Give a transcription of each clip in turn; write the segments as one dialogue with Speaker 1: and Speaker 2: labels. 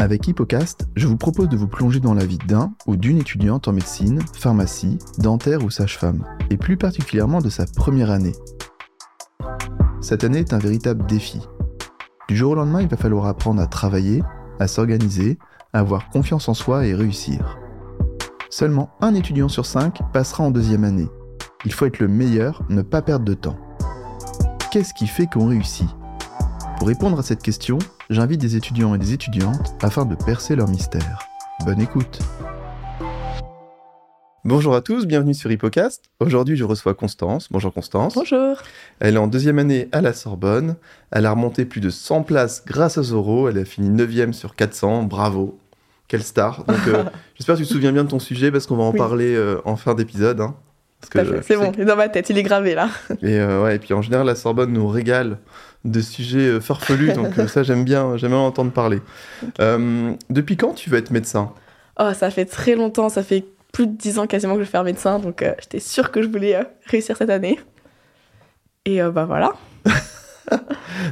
Speaker 1: Avec Hippocast, je vous propose de vous plonger dans la vie d'un ou d'une étudiante en médecine, pharmacie, dentaire ou sage-femme, et plus particulièrement de sa première année. Cette année est un véritable défi. Du jour au lendemain, il va falloir apprendre à travailler, à s'organiser, à avoir confiance en soi et réussir. Seulement un étudiant sur cinq passera en deuxième année. Il faut être le meilleur, ne pas perdre de temps. Qu'est-ce qui fait qu'on réussit Pour répondre à cette question, j'invite des étudiants et des étudiantes afin de percer leur mystère. Bonne écoute Bonjour à tous, bienvenue sur Hippocast. Aujourd'hui, je reçois Constance. Bonjour Constance.
Speaker 2: Bonjour.
Speaker 1: Elle est en deuxième année à la Sorbonne. Elle a remonté plus de 100 places grâce aux oraux. Elle a fini 9e sur 400. Bravo. Quelle star. Donc, euh, j'espère que tu te souviens bien de ton sujet parce qu'on va en
Speaker 2: Oui.
Speaker 1: parler euh, en fin d'épisode. hein. Parce que
Speaker 2: Tout à
Speaker 1: je-
Speaker 2: fait.
Speaker 1: je
Speaker 2: C'est
Speaker 1: sais
Speaker 2: bon, il est dans ma tête, il est gravé là.
Speaker 1: Et, euh, ouais, et puis en général, la Sorbonne nous régale de sujets euh, farfelus, donc euh, ça j'aime bien, j'aime bien en entendre parler. Euh, depuis quand tu veux être médecin
Speaker 2: Oh, ça fait très longtemps, ça fait plus de 10 ans quasiment que je vais faire médecin, donc euh, j'étais sûre que je voulais euh, réussir cette année. Et euh, bah voilà.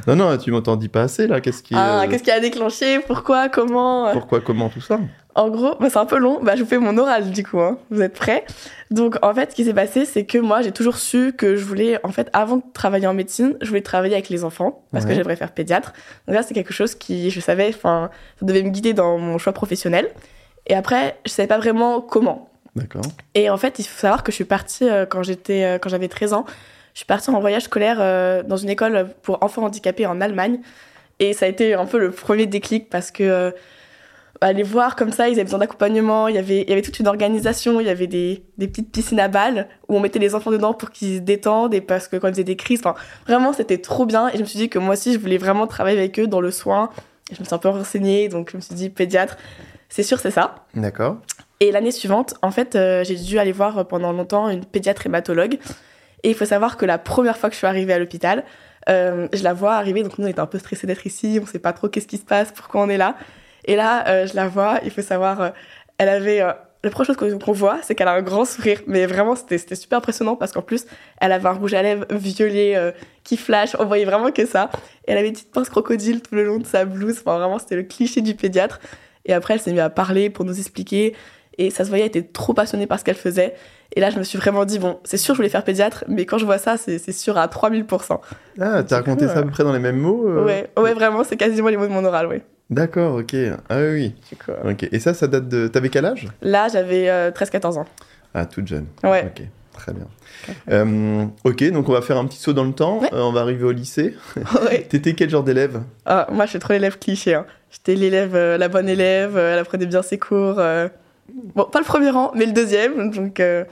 Speaker 1: Non, non, tu m'entends dis pas assez là, qu'est-ce qui...
Speaker 2: Ah,
Speaker 1: euh,
Speaker 2: Qu'est-ce qui a déclenché Pourquoi Comment euh,
Speaker 1: Pourquoi, comment, tout ça
Speaker 2: En gros, bah, c'est un peu long, bah, je vous fais mon oral du coup, hein. vous êtes prêts Donc en fait, ce qui s'est passé, c'est que moi, j'ai toujours su que je voulais, en fait, avant de travailler en médecine, je voulais travailler avec les enfants, parce
Speaker 1: Ouais.
Speaker 2: que j'aimerais faire pédiatre. Donc là, c'est quelque chose qui, je savais, enfin, ça devait me guider dans mon choix professionnel. Et après, je savais pas vraiment comment.
Speaker 1: D'accord.
Speaker 2: Et en fait, il faut savoir que je suis partie euh, quand j'étais, euh, quand j'avais 13 ans. Je suis partie en voyage scolaire euh, dans une école pour enfants handicapés en Allemagne. Et ça a été un peu le premier déclic parce que euh, bah, les voir comme ça, ils avaient besoin d'accompagnement. Il y avait, il y avait toute une organisation. Il y avait des, des petites piscines à balles où on mettait les enfants dedans pour qu'ils se détendent et parce que quand ils faisaient des crises, enfin, vraiment, c'était trop bien. Et je me suis dit que moi aussi, je voulais vraiment travailler avec eux dans le soin. Et je me suis un peu renseignée, donc je me suis dit pédiatre, c'est sûr, c'est ça.
Speaker 1: D'accord.
Speaker 2: Et l'année suivante, en fait, euh, j'ai dû aller voir euh, pendant longtemps une pédiatre hématologue. Et il faut savoir que la première fois que je suis arrivée à l'hôpital, euh, je la vois arriver. Donc nous, on était un peu stressés d'être ici. On sait pas trop qu'est-ce qui se passe, pourquoi on est là. Et là, euh, je la vois. Il faut savoir, euh, elle avait. euh, la première chose qu'on qu'on voit, c'est qu'elle a un grand sourire. Mais vraiment, c'était c'était super impressionnant parce qu'en plus, elle avait un rouge à lèvres violet euh, qui flash. On voyait vraiment que ça. Et elle avait une petite pince crocodile tout le long de sa blouse. Enfin, vraiment, c'était le cliché du pédiatre. Et après, elle s'est mise à parler pour nous expliquer et ça se voyait, elle était trop passionnée par ce qu'elle faisait. Et là, je me suis vraiment dit, bon, c'est sûr, je voulais faire pédiatre, mais quand je vois ça, c'est c'est sûr à 3000%.
Speaker 1: Ah, t'as
Speaker 2: Du coup,
Speaker 1: raconté ça à
Speaker 2: euh,
Speaker 1: peu près dans les mêmes mots euh
Speaker 2: Ouais, ouais, vraiment, c'est quasiment les mots de mon oral, ouais.
Speaker 1: D'accord, ok. Ah oui,
Speaker 2: Du coup, euh,
Speaker 1: ok. Et ça, ça date de... T'avais quel âge
Speaker 2: là, j'avais euh, 13-14 ans.
Speaker 1: Ah, toute jeune.
Speaker 2: Ouais.
Speaker 1: Ok, très bien. Euh, ok, donc on va faire un petit saut dans le temps,
Speaker 2: Ouais.
Speaker 1: Euh, on va arriver au lycée.
Speaker 2: ouais.
Speaker 1: T'étais quel genre d'élève
Speaker 2: Ah, moi, je suis trop l'élève cliché. hein. J'étais l'élève, euh, la bonne élève, euh, elle apprenait bien ses cours. euh, Bon, pas le premier rang, mais le deuxième. Donc, euh,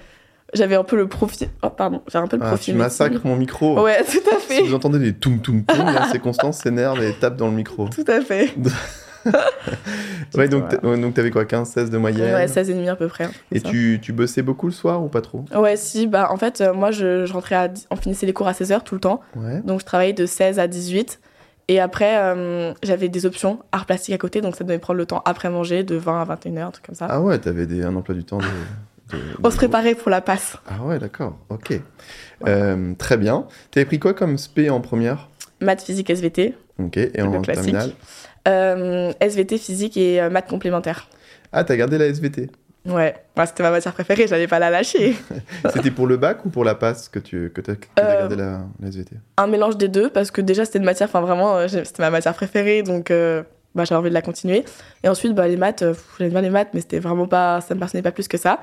Speaker 2: j'avais un peu le profil. Oh, pardon, j'avais un peu le
Speaker 1: Ah, tu
Speaker 2: profil. médecine.
Speaker 1: massacres mon micro.
Speaker 2: Ouais, tout à
Speaker 1: Si
Speaker 2: fait.
Speaker 1: vous entendez des toum toum toum, là, c'est Constance s'énerve et tape dans le micro.
Speaker 2: Tout à fait.
Speaker 1: Ouais, donc
Speaker 2: Voilà.
Speaker 1: t'a- ouais, donc t'avais quoi, 15, 16 de moyenne
Speaker 2: Ouais, 16 et demi à peu près. hein, comme
Speaker 1: Et
Speaker 2: ça.
Speaker 1: tu, tu bossais beaucoup le soir ou pas trop
Speaker 2: Ouais, si, bah en fait, euh, moi je, je rentrais à. dix- On finissait les cours à 16h tout le temps,
Speaker 1: Ouais.
Speaker 2: donc je travaillais de 16 à 18. Et après, euh, j'avais des options art plastique à côté, donc ça devait prendre le temps après manger, de 20 à 21h, un truc comme ça.
Speaker 1: Ah ouais, t'avais des, un emploi du temps de. de-
Speaker 2: On
Speaker 1: de-
Speaker 2: se préparait pour la passe.
Speaker 1: Ah ouais, d'accord, ok. Euh, très bien. T'avais pris quoi comme spé en première
Speaker 2: Maths, physique, SVT.
Speaker 1: Ok, et en
Speaker 2: Le classique.
Speaker 1: terminale
Speaker 2: Euh, SVT, physique et euh, maths complémentaires.
Speaker 1: Ah, t'as gardé la SVT.
Speaker 2: Ouais, Moi, c'était ma matière préférée, j'allais pas la lâcher.
Speaker 1: C'était pour le bac ou pour la passe que tu que t'as que t'as
Speaker 2: Euh,
Speaker 1: gardé la, la SVT
Speaker 2: un mélange des deux parce que déjà c'était une matière, enfin vraiment euh, j'ai- c'était ma matière préférée donc euh, bah, j'avais envie de la continuer. Et ensuite bah, les maths, euh, pff, j'aime bien les maths mais c'était vraiment pas, ça me passionnait pas plus que ça.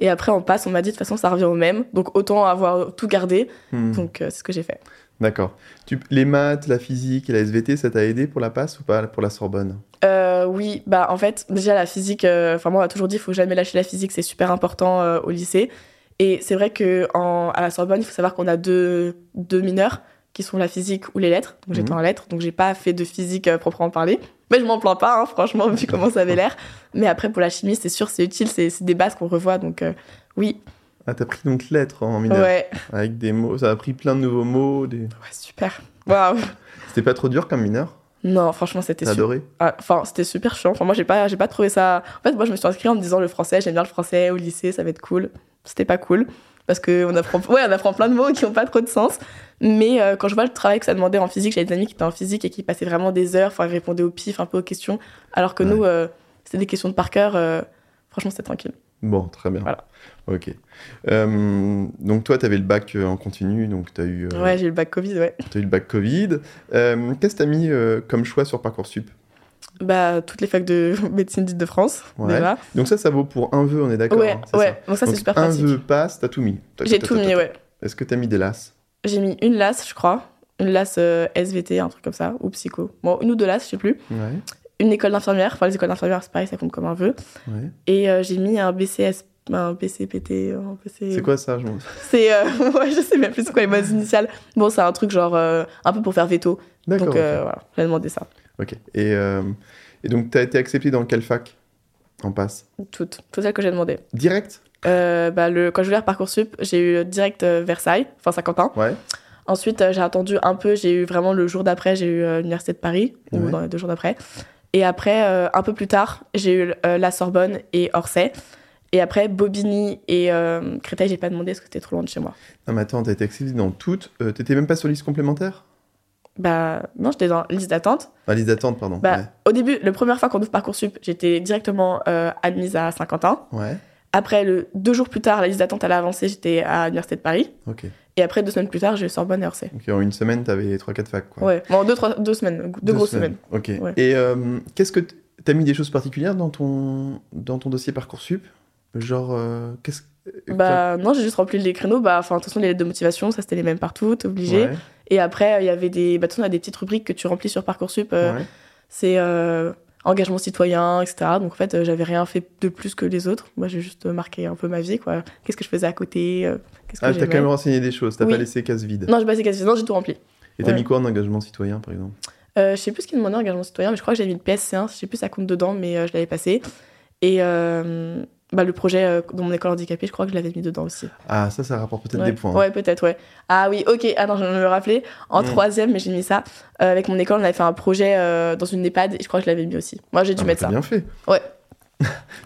Speaker 2: Et après on passe, on m'a dit de toute façon ça revient au même donc autant avoir tout gardé
Speaker 1: Hmm,
Speaker 2: donc euh, c'est ce que j'ai fait.
Speaker 1: D'accord. Tu- Les maths, la physique et la SVT, ça t'a aidé pour la passe ou pas pour la Sorbonne
Speaker 2: Euh, oui, bah en fait, déjà la physique, euh, enfin moi on m'a toujours dit il faut jamais lâcher la physique, c'est super important euh, au lycée. Et c'est vrai que en, à la Sorbonne, il faut savoir qu'on a deux, deux mineurs qui sont la physique ou les lettres. Donc j'étais
Speaker 1: Mhm.
Speaker 2: en lettres, donc j'ai pas fait de physique euh, proprement parler. Mais je m'en plains pas, hein, franchement, vu comment ça avait l'air. Mais après pour la chimie, c'est sûr, c'est utile, c'est c'est des bases qu'on revoit, donc euh, oui,
Speaker 1: Ah, t'as pris donc lettres en mineur.
Speaker 2: ouais,
Speaker 1: Avec des mots, ça a pris plein de nouveaux mots. Des...
Speaker 2: ouais, super. Waouh.
Speaker 1: C'était pas trop dur comme mineur
Speaker 2: Non, franchement, c'était
Speaker 1: T'as
Speaker 2: super.
Speaker 1: adoré
Speaker 2: Ah, Enfin, c'était super chiant. Enfin, moi, j'ai pas, j'ai pas trouvé ça. En fait, moi, je me suis inscrite en me disant le français, j'aime bien le français au lycée, ça va être cool. C'était pas cool. parce qu'on apprend, ouais, on apprend plein de mots qui n'ont pas trop de sens. Mais euh, quand je vois le travail que ça demandait en physique, j'avais des amis qui étaient en physique et qui passaient vraiment des heures, enfin, ils répondaient au pif, un peu aux questions, alors que
Speaker 1: Ouais.
Speaker 2: nous, euh, c'était des questions de par cœur. euh, franchement, c'était tranquille.
Speaker 1: Bon, très bien.
Speaker 2: Voilà.
Speaker 1: Ok. Euh, donc, toi, tu avais le bac euh, en continu, donc tu as, eu euh,
Speaker 2: Ouais, j'ai eu le bac Covid, ouais.
Speaker 1: t'as eu le bac Covid. Euh, Qu'est-ce que tu as mis euh, comme choix sur Parcoursup
Speaker 2: Bah, toutes les facs de médecine dite de France,
Speaker 1: Ouais.
Speaker 2: déjà.
Speaker 1: Donc, ça, ça vaut pour un vœu, on est d'accord
Speaker 2: Ouais,
Speaker 1: hein, c'est
Speaker 2: ouais.
Speaker 1: ça
Speaker 2: Donc ça, c'est
Speaker 1: Donc,
Speaker 2: super
Speaker 1: Un
Speaker 2: pratique.
Speaker 1: vœu passe, t'as tout mis.
Speaker 2: J'ai tout mis, ouais.
Speaker 1: Est-ce que t'as mis des lasses
Speaker 2: J'ai mis une lasse, je crois. Une lasse euh, SVT, un truc comme ça, ou psycho. Bon, une ou deux lasses, je sais plus.
Speaker 1: Ouais.
Speaker 2: Une école d'infirmière. Enfin, les écoles d'infirmières, c'est pareil, ça compte comme un vœu.
Speaker 1: ouais.
Speaker 2: Et euh, j'ai mis un BCS, un BCPT, un PC...
Speaker 1: C'est quoi ça je m'en-
Speaker 2: C'est, euh, ouais, je sais même plus c'est quoi les bonnes initiales. Bon, c'est un truc genre, euh, un peu pour faire veto.
Speaker 1: D'accord.
Speaker 2: Donc,
Speaker 1: ok.
Speaker 2: euh, voilà, j'ai demandé ça.
Speaker 1: Ok. Et, euh, et donc, t'as été accepté dans quelle fac En passe
Speaker 2: Toutes, toutes celles que j'ai demandées.
Speaker 1: Direct
Speaker 2: Euh, bah, le, quand je voulais faire Parcoursup, j'ai eu direct euh, Versailles, enfin Saint-Quentin.
Speaker 1: Ouais.
Speaker 2: Ensuite, euh, j'ai attendu un peu, j'ai eu vraiment le jour d'après, j'ai eu euh, l'Université de Paris,
Speaker 1: Ouais.
Speaker 2: ou dans les deux jours d'après. Et après, euh, un peu plus tard, j'ai eu euh, la Sorbonne et Orsay. Et après, Bobigny et euh, Créteil, j'ai pas demandé parce que c'était trop loin de chez moi.
Speaker 1: Non, mais attends, t'as été accepté dans toutes. Euh, T'étais même pas sur liste complémentaire
Speaker 2: Bah, non, j'étais dans liste d'attente.
Speaker 1: Ah, liste d'attente, pardon.
Speaker 2: Bah, au début, la première fois qu'on ouvre Parcoursup, j'étais directement euh, admise à Saint-Quentin.
Speaker 1: ouais. ouais.
Speaker 2: Après, le, deux jours plus tard, la liste d'attente, elle a avancé, j'étais à l'Université de Paris.
Speaker 1: Ok.
Speaker 2: Et après, deux semaines plus tard, j'ai eu Sorbonne et Orsay.
Speaker 1: Donc, en une semaine, t'avais 3-4 facs, quoi.
Speaker 2: Ouais, bon, deux, trois, deux semaines, deux, grosses semaines.
Speaker 1: Ok.
Speaker 2: Ouais.
Speaker 1: Et euh, qu'est-ce que t- t'as mis des choses particulières dans ton dans ton dossier parcoursup Genre euh, qu'est-ce euh,
Speaker 2: Bah non, j'ai juste rempli les créneaux. Bah, enfin, de toute façon, les lettres de motivation, ça c'était les mêmes partout, t'es
Speaker 1: t'as-
Speaker 2: obligé.
Speaker 1: Ouais,
Speaker 2: Et après, euh, il y avait des, bah, de toute façon, il y a des petites rubriques que tu remplis sur Parcoursup. euh,
Speaker 1: ouais.
Speaker 2: C'est euh, engagement citoyen, etc. Donc en fait, euh, j'avais rien fait de plus que les autres. Moi, j'ai juste marqué un peu ma vie, quoi. Qu'est-ce que je faisais à côté euh, Qu'est-ce que
Speaker 1: Ah, t'as
Speaker 2: j'aimais.
Speaker 1: quand même renseigné des choses. T'as
Speaker 2: Oui.
Speaker 1: pas laissé case vide.
Speaker 2: Non, j'ai passé quasi non, j'ai tout rempli.
Speaker 1: Et t'as
Speaker 2: ouais.
Speaker 1: mis quoi en engagement citoyen, par exemple
Speaker 2: Euh, je sais plus ce qu'il demandait en engagement citoyen, mais je crois que j'avais mis le PSC1, je sais plus ça compte dedans, mais euh, je l'avais passé. Et euh, bah, le projet euh, dans mon école handicapée, je crois que je l'avais mis dedans aussi.
Speaker 1: Ah, ça, ça rapporte peut-être
Speaker 2: ouais.
Speaker 1: des points. hein.
Speaker 2: Ouais, peut-être, ouais. Ah oui, ok. Ah non, je viens de me rappeler. En
Speaker 1: Mm.
Speaker 2: troisième, mais j'ai mis ça. euh, avec mon école, on avait fait un projet euh, dans une EHPAD et je crois que je l'avais mis aussi. Moi, j'ai dû
Speaker 1: Ah, bah,
Speaker 2: mettre
Speaker 1: t'as
Speaker 2: ça.
Speaker 1: bien fait.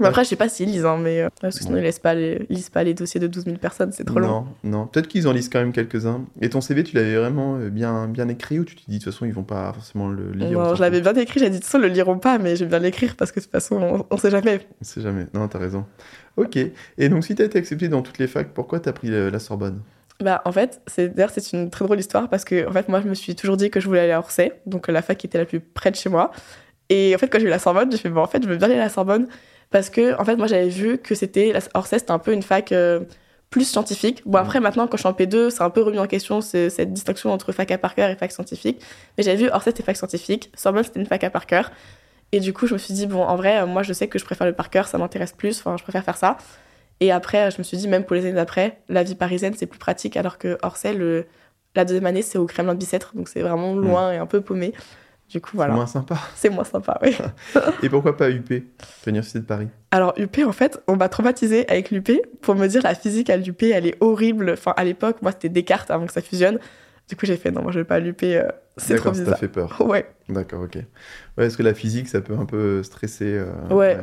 Speaker 2: Mais après, je sais pas s'ils lisent, hein, mais. euh, parce que sinon,
Speaker 1: Bon.
Speaker 2: ils, laissent pas les, ils lisent pas les dossiers de 12 000 personnes, c'est trop long.
Speaker 1: non, non. Peut-être qu'ils en lisent quand même quelques-uns. Et ton CV, tu l'avais vraiment euh, bien, bien écrit ou tu te dis de toute façon, ils vont pas forcément le lire on
Speaker 2: Non,
Speaker 1: s'en
Speaker 2: je l'avais
Speaker 1: fout.
Speaker 2: bien écrit, j'ai dit de toute façon, le liront pas, mais je vais bien l'écrire parce que de toute façon, on, on sait jamais.
Speaker 1: On sait jamais. Non, t'as raison. Ok. Et donc, si t'as été accepté dans toutes les facs, pourquoi t'as pris euh, la Sorbonne
Speaker 2: Bah, en fait, c'est d'ailleurs, c'est une très drôle histoire parce que, en fait, moi, je me suis toujours dit que je voulais aller à Orsay, donc euh, la fac qui était la plus près de chez moi. Et en fait, quand j'ai eu la Sorbonne, j'ai fait, bon, en fait, je veux bien aller à la Sorbonne parce que, en fait, moi, j'avais vu que c'était, la- Orsay, c'était un peu une fac euh, plus scientifique. Bon, après, maintenant, quand je suis en P2, c'est un peu remis en question ce- cette distinction entre fac à par cœur et fac scientifique. Mais j'avais vu, Orsay, c'était fac scientifique, Sorbonne, c'était une fac à par cœur. Et du coup, je me suis dit, bon, en vrai, euh, moi, je sais que je préfère le par cœur, ça m'intéresse plus, enfin, je préfère faire ça. Et après, je me suis dit, même pour les années d'après, la vie parisienne, c'est plus pratique, alors que Orsay, le- la deuxième année, c'est au Kremlin de Bicêtre, donc c'est vraiment loin et un peu paumé. Du coup,
Speaker 1: C'est
Speaker 2: voilà,
Speaker 1: moins sympa.
Speaker 2: c'est moins sympa, oui.
Speaker 1: Et pourquoi pas UP, l'Université de Paris
Speaker 2: Alors, UP, en fait, on m'a traumatisée avec l'UP pour me dire la physique à l'UP, elle est horrible. Enfin, à l'époque, moi, c'était Descartes avant que ça fusionne. Du coup, j'ai fait, non, moi, je vais pas à l'UP, euh, c'est trop
Speaker 1: D'accord, ça t'a
Speaker 2: bizarre.
Speaker 1: fait peur.
Speaker 2: Ouais,
Speaker 1: D'accord, ok. Ouais, est-ce que la physique, ça peut un peu stresser euh,
Speaker 2: Ouais.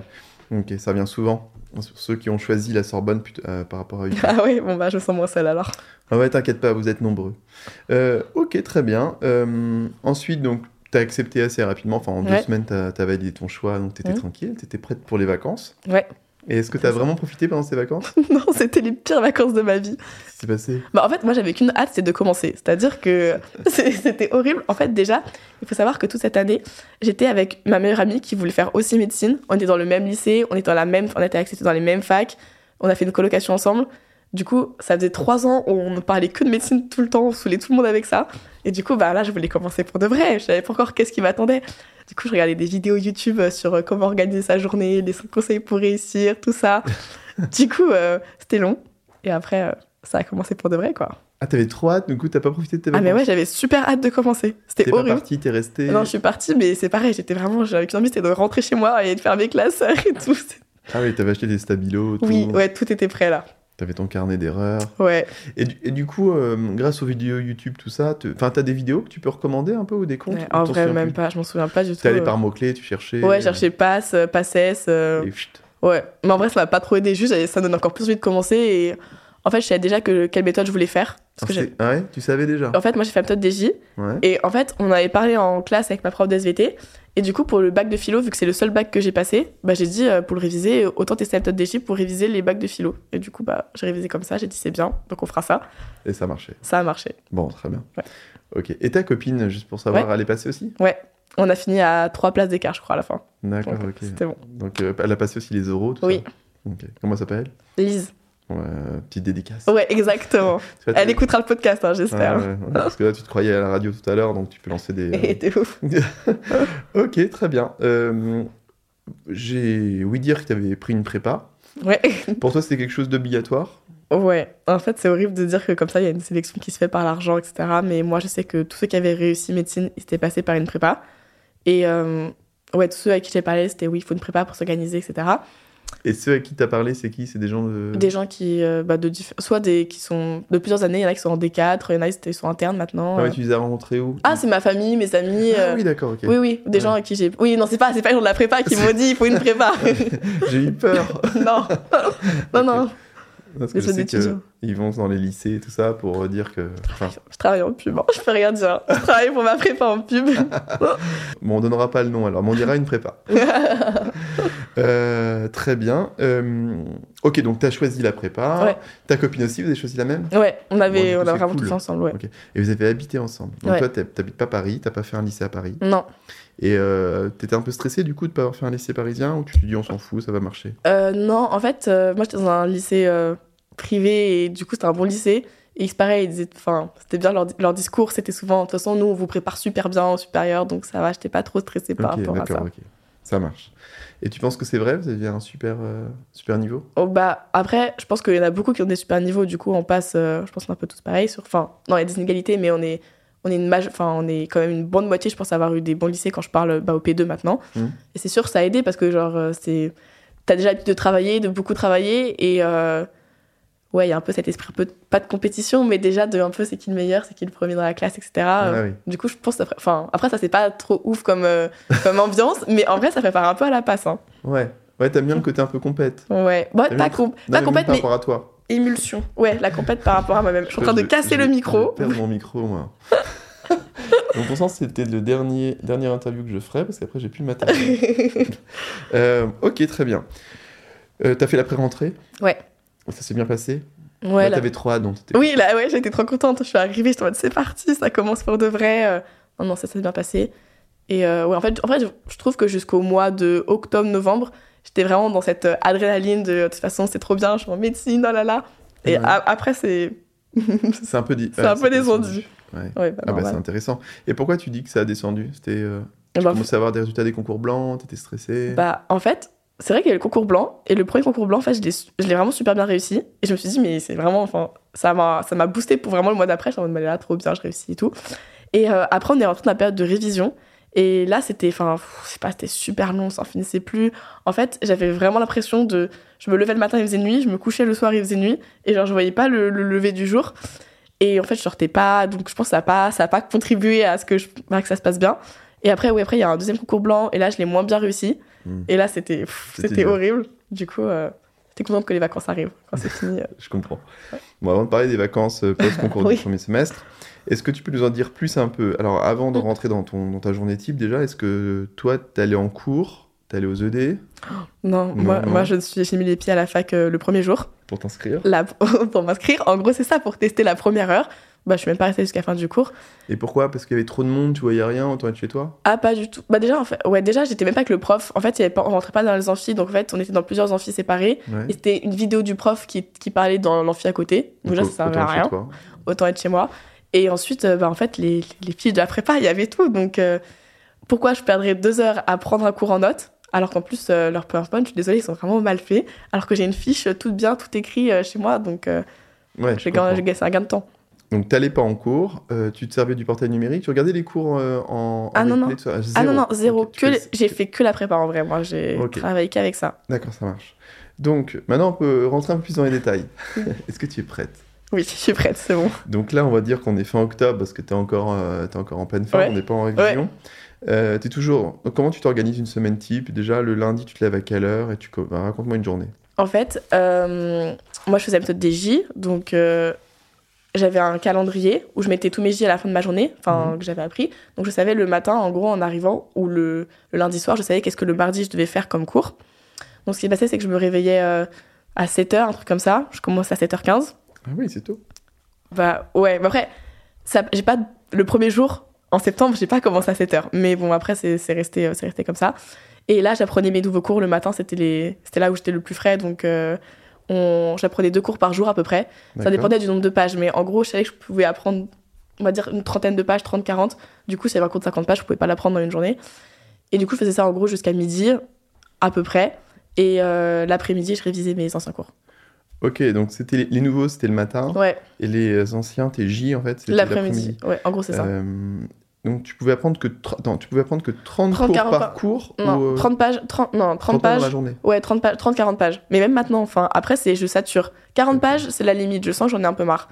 Speaker 1: Ok, ça revient souvent. Sur Ceux qui ont choisi la Sorbonne plutôt- euh, par rapport à UP.
Speaker 2: ah ouais, bon, bah, je me sens moins seule alors.
Speaker 1: ah ouais, t'inquiète pas, vous êtes nombreux. Euh, ok, très bien. Euh, ensuite, donc, t'as accepté assez rapidement. Enfin, en deux
Speaker 2: Ouais.
Speaker 1: semaines, t'as as validé ton choix, donc t'étais
Speaker 2: Mhm.
Speaker 1: tranquille, t'étais prête pour les vacances.
Speaker 2: Ouais. Mmh.
Speaker 1: Et est-ce que t'as vraiment profité pendant ces vacances
Speaker 2: non, c'était les pires vacances de ma vie.
Speaker 1: Qu'est-ce qui s'est passé
Speaker 2: Bah, en fait, moi, j'avais qu'une hâte, c'est de commencer. C'est-à-dire que c'est- c'était horrible. En fait, déjà, il faut savoir que toute cette année, j'étais avec ma meilleure amie qui voulait faire aussi médecine. On était dans le même lycée, on était dans la même, on était acceptés dans les mêmes facs. On a fait une colocation ensemble. Du coup, ça faisait trois ans où on ne parlait que de médecine tout le temps, on saoulait tout le monde avec ça. Et du coup, bah là, je voulais commencer pour de vrai. Je savais pas encore qu'est-ce qui m'attendait. Du coup, je regardais des vidéos YouTube sur euh, comment organiser sa journée, les cinq conseils pour réussir, tout ça. du coup, euh, c'était long. Et après, euh, ça a commencé pour de vrai, quoi.
Speaker 1: Ah, t'avais trop hâte, du coup, t'as pas profité de tes
Speaker 2: Ah
Speaker 1: vacances
Speaker 2: mais ouais, j'avais super hâte de commencer. C'était
Speaker 1: T'es pas
Speaker 2: horrible.
Speaker 1: parti, t'es resté.
Speaker 2: Non, je suis partie, mais c'est pareil, j'étais vraiment, j'avais qu'une envie, c'était de rentrer chez moi et de faire mes classes et tout. C'est-
Speaker 1: Ah oui, t'avais acheté des stabilos, tout.
Speaker 2: Oui, ouais, tout était prêt là.
Speaker 1: T'avais ton carnet d'erreurs.
Speaker 2: Ouais.
Speaker 1: Et du, et du coup, euh, grâce aux vidéos YouTube, tout ça, te- enfin, t'as des vidéos que tu peux recommander un peu ou des comptes
Speaker 2: Ouais,
Speaker 1: ou
Speaker 2: en
Speaker 1: t'en
Speaker 2: vrai,
Speaker 1: souviens
Speaker 2: même
Speaker 1: plus
Speaker 2: pas, je m'en souviens pas du tout.
Speaker 1: T'es allé
Speaker 2: euh.
Speaker 1: par mots-clés, tu cherchais.
Speaker 2: Ouais, chercher passe, euh, passesse. euh,
Speaker 1: Et chut.
Speaker 2: Ouais. Mais en vrai, ça m'a pas trop aidé, juste ça donne encore plus envie de commencer et En fait, je savais déjà que, quelle méthode je voulais faire.
Speaker 1: Ah,
Speaker 2: Parce que
Speaker 1: c'est- ah ouais, tu savais déjà.
Speaker 2: j'ai- en fait, moi, j'ai fait la méthode DJ.
Speaker 1: Ouais.
Speaker 2: Et en fait, on avait parlé en classe avec ma prof d'SVT. Et du coup, pour le bac de philo, vu que c'est le seul bac que j'ai passé, bah, j'ai dit, euh, pour le réviser, autant tester la méthode DJ pour réviser les bacs de philo. Et du coup, bah, j'ai révisé comme ça, j'ai dit, c'est bien, donc on fera ça.
Speaker 1: Et ça marchait.
Speaker 2: Ça a marché.
Speaker 1: Bon, très bien.
Speaker 2: Ouais.
Speaker 1: Ok. Et ta copine, juste pour savoir, elle est passée aussi
Speaker 2: On a fini à trois places d'écart, je crois, à la fin.
Speaker 1: D'accord,
Speaker 2: Donc,
Speaker 1: ok.
Speaker 2: C'était bon.
Speaker 1: Donc euh, elle a passé aussi les euros, tout
Speaker 2: Oui.
Speaker 1: ça Ok. Comment elle s'appelle
Speaker 2: Lise.
Speaker 1: ouais, Petite dédicace.
Speaker 2: Ouais, exactement.
Speaker 1: Tu vois,
Speaker 2: Oh, Elle
Speaker 1: tu-
Speaker 2: écoutera le podcast, hein,
Speaker 1: Ah,
Speaker 2: j'espère.
Speaker 1: ouais, ouais. Parce que là, tu te croyais à la radio tout à l'heure, donc tu peux lancer des. euh,
Speaker 2: Et t'es ouf.
Speaker 1: Ok, très bien. Euh, J'ai oui dire que tu avais pris une prépa.
Speaker 2: Ouais.
Speaker 1: Pour toi, c'était quelque chose d'obligatoire
Speaker 2: Ouais, en fait, c'est horrible de dire que comme ça, il y a une sélection qui se fait par l'argent, etc. Mais moi, je sais que tous ceux qui avaient réussi médecine, ils étaient passés par une prépa. Et euh, ouais, tous ceux à qui j'ai parlé, c'était oui, il faut une prépa pour s'organiser, etc.
Speaker 1: Et ceux à qui t'as parlé, c'est qui C'est des gens de.
Speaker 2: Des gens qui, euh, bah, de diff- soit des qui sont de plusieurs années, il y en a qui sont en D4, il y en a qui étaient- sont internes maintenant.
Speaker 1: Ah ouais,
Speaker 2: euh.
Speaker 1: tu les as rencontrés où
Speaker 2: Ah, c'est ma famille, mes amis.
Speaker 1: Ah
Speaker 2: euh,
Speaker 1: oui, d'accord, ok.
Speaker 2: oui, oui, des gens à qui j'ai. Oui, non, c'est pas, c'est pas les gens de la prépa qui m'ont dit, il faut une prépa.
Speaker 1: J'ai eu peur.
Speaker 2: non, non, non,
Speaker 1: Parce que
Speaker 2: des
Speaker 1: je
Speaker 2: jeunes
Speaker 1: sais que
Speaker 2: étudiants.
Speaker 1: ils vont dans les lycées et tout ça pour dire que. enfin,
Speaker 2: Je travaille en pub, hein, je peux rien dire. Je travaille pour ma prépa en pub.
Speaker 1: bon, on donnera pas le nom alors, mais on dira une prépa. Euh, très bien. Euh, ok, donc tu as choisi la prépa.
Speaker 2: Ouais.
Speaker 1: Ta copine aussi, vous avez choisi la même
Speaker 2: Ouais, on
Speaker 1: Bon, du coup,
Speaker 2: avait, on a
Speaker 1: c'est
Speaker 2: vraiment
Speaker 1: cool.
Speaker 2: tout fait ensemble, ouais.
Speaker 1: Ok. Et vous avez habité ensemble. Donc
Speaker 2: Ouais.
Speaker 1: toi, t'hab- t'habites pas Paris, t'as pas fait un lycée à Paris.
Speaker 2: Non,
Speaker 1: Et euh, t'étais un peu stressé du coup de pas avoir fait un lycée parisien ou tu te dis on s'en fout, ça va marcher
Speaker 2: Euh, non, en fait, euh, moi j'étais dans un lycée euh, privé et du coup c'était un bon lycée. Et c'est pareil, ils disaient, enfin, c'était bien leur, leur discours, c'était souvent, de toute façon, nous on vous prépare super bien au supérieur, donc ça va, j'étais pas trop stressée par
Speaker 1: Ok,
Speaker 2: rapport à ça.
Speaker 1: d'accord, ok. Ça marche. Et tu penses que c'est vrai Vous avez un super, euh, super niveau
Speaker 2: Oh, bah, après, je pense qu'il y en a beaucoup qui ont des super niveaux, du coup on passe, euh, je pense qu'on est un peu tous pareils, sur, enfin, non, il y a des inégalités, mais on est, on est, une maje- enfin, on est quand même une bonne moitié, je pense, avoir eu des bons lycées quand je parle bah, au P2 maintenant.
Speaker 1: Mhm.
Speaker 2: Et c'est sûr, ça a aidé parce que, genre, euh, c'est. T'as déjà l'habitude de travailler, de beaucoup travailler, et. euh, Ouais, il y a un peu cet esprit, un peu de- pas de compétition, mais déjà de un peu c'est qui le meilleur, c'est qui le premier dans la classe, etc. Euh,
Speaker 1: oui.
Speaker 2: Du coup, je pense. que ça ferait- Enfin, après, ça, c'est pas trop ouf comme, euh, comme ambiance, mais en vrai, ça prépare un peu à la passe. Hein.
Speaker 1: Ouais. Ouais, t'aimes bien le côté un peu compète.
Speaker 2: Ouais. Bon,
Speaker 1: T'as
Speaker 2: pas,
Speaker 1: vu-
Speaker 2: com-
Speaker 1: Non,
Speaker 2: pas
Speaker 1: mais même
Speaker 2: compète,
Speaker 1: par
Speaker 2: mais
Speaker 1: rapport à toi.
Speaker 2: émulsion. Ouais, la compète par rapport à moi-même. Je suis en train de casser le
Speaker 1: je-
Speaker 2: micro.
Speaker 1: Je perds mon micro, moi. Donc pour ça, c'était le dernier dernière interview que je ferai parce qu'après, j'ai plus le matériel. Euh, ok, très bien. Euh, t'as fait la pré-rentrée
Speaker 2: Ouais.
Speaker 1: Ça s'est bien passé
Speaker 2: ouais,
Speaker 1: Là,
Speaker 2: la-
Speaker 1: T'avais trois donc t'étais-
Speaker 2: Oui, là, ouais, j'étais trop contente. Je suis arrivée, j'étais en mode c'est parti, ça commence pour de vrai. Euh, Non, non, ça s'est bien passé. Et euh, ouais, en fait, en vrai, je, je trouve que jusqu'au mois de octobre-novembre, j'étais vraiment dans cette euh, adrénaline de de toute façon, c'est trop bien, je suis en médecine, oh là là. Et
Speaker 1: Ouais.
Speaker 2: a- après, c'est.
Speaker 1: C'est un peu, di-
Speaker 2: c'est
Speaker 1: ouais,
Speaker 2: un peu
Speaker 1: descendu.
Speaker 2: descendu.
Speaker 1: Ouais.
Speaker 2: Ouais, bah,
Speaker 1: Ah bah c'est
Speaker 2: normal.
Speaker 1: intéressant. Et pourquoi tu dis que ça a descendu C'était euh,
Speaker 2: Et bah, en fait-
Speaker 1: commençais à avoir des résultats des concours blancs, t'étais stressé.
Speaker 2: Bah, en fait, c'est vrai qu'il y a eu le concours blanc. Et le premier concours blanc, en fait, je l'ai su- je l'ai vraiment super bien réussi. Et je me suis dit, mais c'est vraiment. Enfin, ça m'a ça m'a boosté pour vraiment le mois d'après. J'étais en mode, mais là, trop bien, je réussis et tout. Et euh, après, on est rentré dans la période de révision. Et là, c'était. Enfin, pff, je sais pas, c'était super long, on s'en finissait plus. En fait, j'avais vraiment l'impression de. Je me levais le matin, il faisait nuit. Je me couchais le soir, il faisait nuit. Et genre, je voyais pas le, le lever du jour. Et en fait, je sortais pas. Donc, je pense que ça a pas, ça a pas contribué à ce que, je, à que ça se passe bien. Et après, ouais, après, il y a un deuxième concours blanc. Et là, je l'ai moins bien réussi.
Speaker 1: Mm.
Speaker 2: Et là, c'était pff,
Speaker 1: C'était
Speaker 2: c'était
Speaker 1: dur.
Speaker 2: horrible. Du coup, euh, j'étais contente que les vacances arrivent quand c'est fini.
Speaker 1: Je comprends. Bon, avant de parler des vacances euh, post-concours
Speaker 2: Oui.
Speaker 1: du premier semestre, est-ce que tu peux nous en dire plus un peu Alors, avant de
Speaker 2: Mm.
Speaker 1: rentrer dans, ton, dans ta journée type, déjà, est-ce que toi, t'allais en cours, t'allais aux E ED
Speaker 2: Non, moi,
Speaker 1: non.
Speaker 2: moi, je me suis, j'ai mis les pieds à la fac euh, le premier jour.
Speaker 1: pour t'inscrire
Speaker 2: Là, pour m'inscrire, en gros, c'est ça, pour tester la première heure. Bah, je suis même pas restée jusqu'à la fin du cours.
Speaker 1: Et pourquoi Parce qu'il y avait trop de monde, tu voyais rien, autant être chez toi
Speaker 2: Ah, pas du tout. Bah, déjà, en fait, ouais, déjà, j'étais même pas avec le prof. En fait, il y avait pas- on rentrait pas dans les amphis. Donc, en fait, on était dans plusieurs amphis séparés.
Speaker 1: Ouais.
Speaker 2: Et c'était une vidéo du prof qui, qui parlait dans l'amphi à côté. Donc, déjà,
Speaker 1: Autant-
Speaker 2: ça servait à
Speaker 1: autant être chez
Speaker 2: rien.
Speaker 1: toi.
Speaker 2: autant être chez moi. Et ensuite, euh, bah, en fait, les, les fiches de la prépa, il y avait tout. Donc, euh, pourquoi je perdrais deux heures à prendre un cours en notes alors qu'en plus, euh, leurs PowerPoint, je suis désolée, ils sont vraiment mal faits. Alors que j'ai une fiche euh, toute bien, tout écrit euh, chez moi, donc euh,
Speaker 1: Ouais, je
Speaker 2: je vais gagner-
Speaker 1: comprends.
Speaker 2: je vais- c'est un gain de temps.
Speaker 1: Donc t'allais pas en cours, euh, tu te servais du portail numérique, tu regardais les cours euh, en, en
Speaker 2: Ah, non,
Speaker 1: replay,
Speaker 2: non.
Speaker 1: tout ça
Speaker 2: Ah non, non, zéro.
Speaker 1: Ok, tu
Speaker 2: que les-
Speaker 1: fais-
Speaker 2: J'ai fait que la prépa en vrai, moi. J'ai
Speaker 1: Ok.
Speaker 2: travaillé qu'avec ça.
Speaker 1: D'accord, ça marche. Donc maintenant on peut rentrer un peu plus dans les détails. Est-ce que tu es prête
Speaker 2: Oui, je suis prête, c'est bon.
Speaker 1: Donc là on va dire qu'on est fin octobre parce que t'es encore, euh, t'es encore en pleine forme,
Speaker 2: Ouais.
Speaker 1: on n'est pas en révision. Euh, t'es toujours. donc, comment tu t'organises une semaine type Déjà le lundi tu te lèves à quelle heure et tu co- bah, raconte-moi une journée.
Speaker 2: En fait, euh, moi, je faisais la méthode des J, donc euh, j'avais un calendrier où je mettais tous mes J à la fin de ma journée, enfin, que j'avais appris. Donc, je savais le matin, en gros, en arrivant, ou le, le lundi soir, je savais qu'est-ce que le mardi je devais faire comme cours. Donc, ce qui se passait, c'est que je me réveillais euh, à 7h, un truc comme ça. Je commence à 7h15.
Speaker 1: Ah oui, c'est tout.
Speaker 2: Bah, ouais, mais après, ça, j'ai pas, le premier jour, en septembre, j'ai pas commencé à 7h. Mais bon, après, c'est c'est resté, euh, c'est resté comme ça. Et là, j'apprenais mes nouveaux cours le matin, c'était les- c'était là où j'étais le plus frais, donc euh, on... j'apprenais deux cours par jour à peu près. Ça dépendait du nombre de pages, mais en gros, je savais que je pouvais apprendre, on va dire, une trentaine de pages, 30, 40. Du coup, s'il y avait un cours de 50 pages, je pouvais pas l'apprendre dans une journée. Et du coup, je faisais ça en gros jusqu'à midi, à peu près. Et euh, l'après-midi, je révisais mes anciens cours.
Speaker 1: Ok, donc c'était les, les nouveaux, c'était le matin.
Speaker 2: Ouais,
Speaker 1: Et les anciens, tes J, en fait, Oh, c'était
Speaker 2: l'après-midi. Ouais, en gros, c'est ça.
Speaker 1: Euh, donc tu pouvais apprendre que, tr- attends, tu pouvais apprendre que 30
Speaker 2: 30,
Speaker 1: cours
Speaker 2: 40
Speaker 1: par
Speaker 2: pas-
Speaker 1: cours ou,
Speaker 2: Non,
Speaker 1: euh,
Speaker 2: 30 pages, 30, non, 30,
Speaker 1: 30 dans la
Speaker 2: pages.
Speaker 1: journée.
Speaker 2: Ouais, 30 pages, 30, 40 pages. Mais même maintenant, enfin, après, c'est je sature. 40 pages, c'est la limite, je sens que j'en ai un peu marre.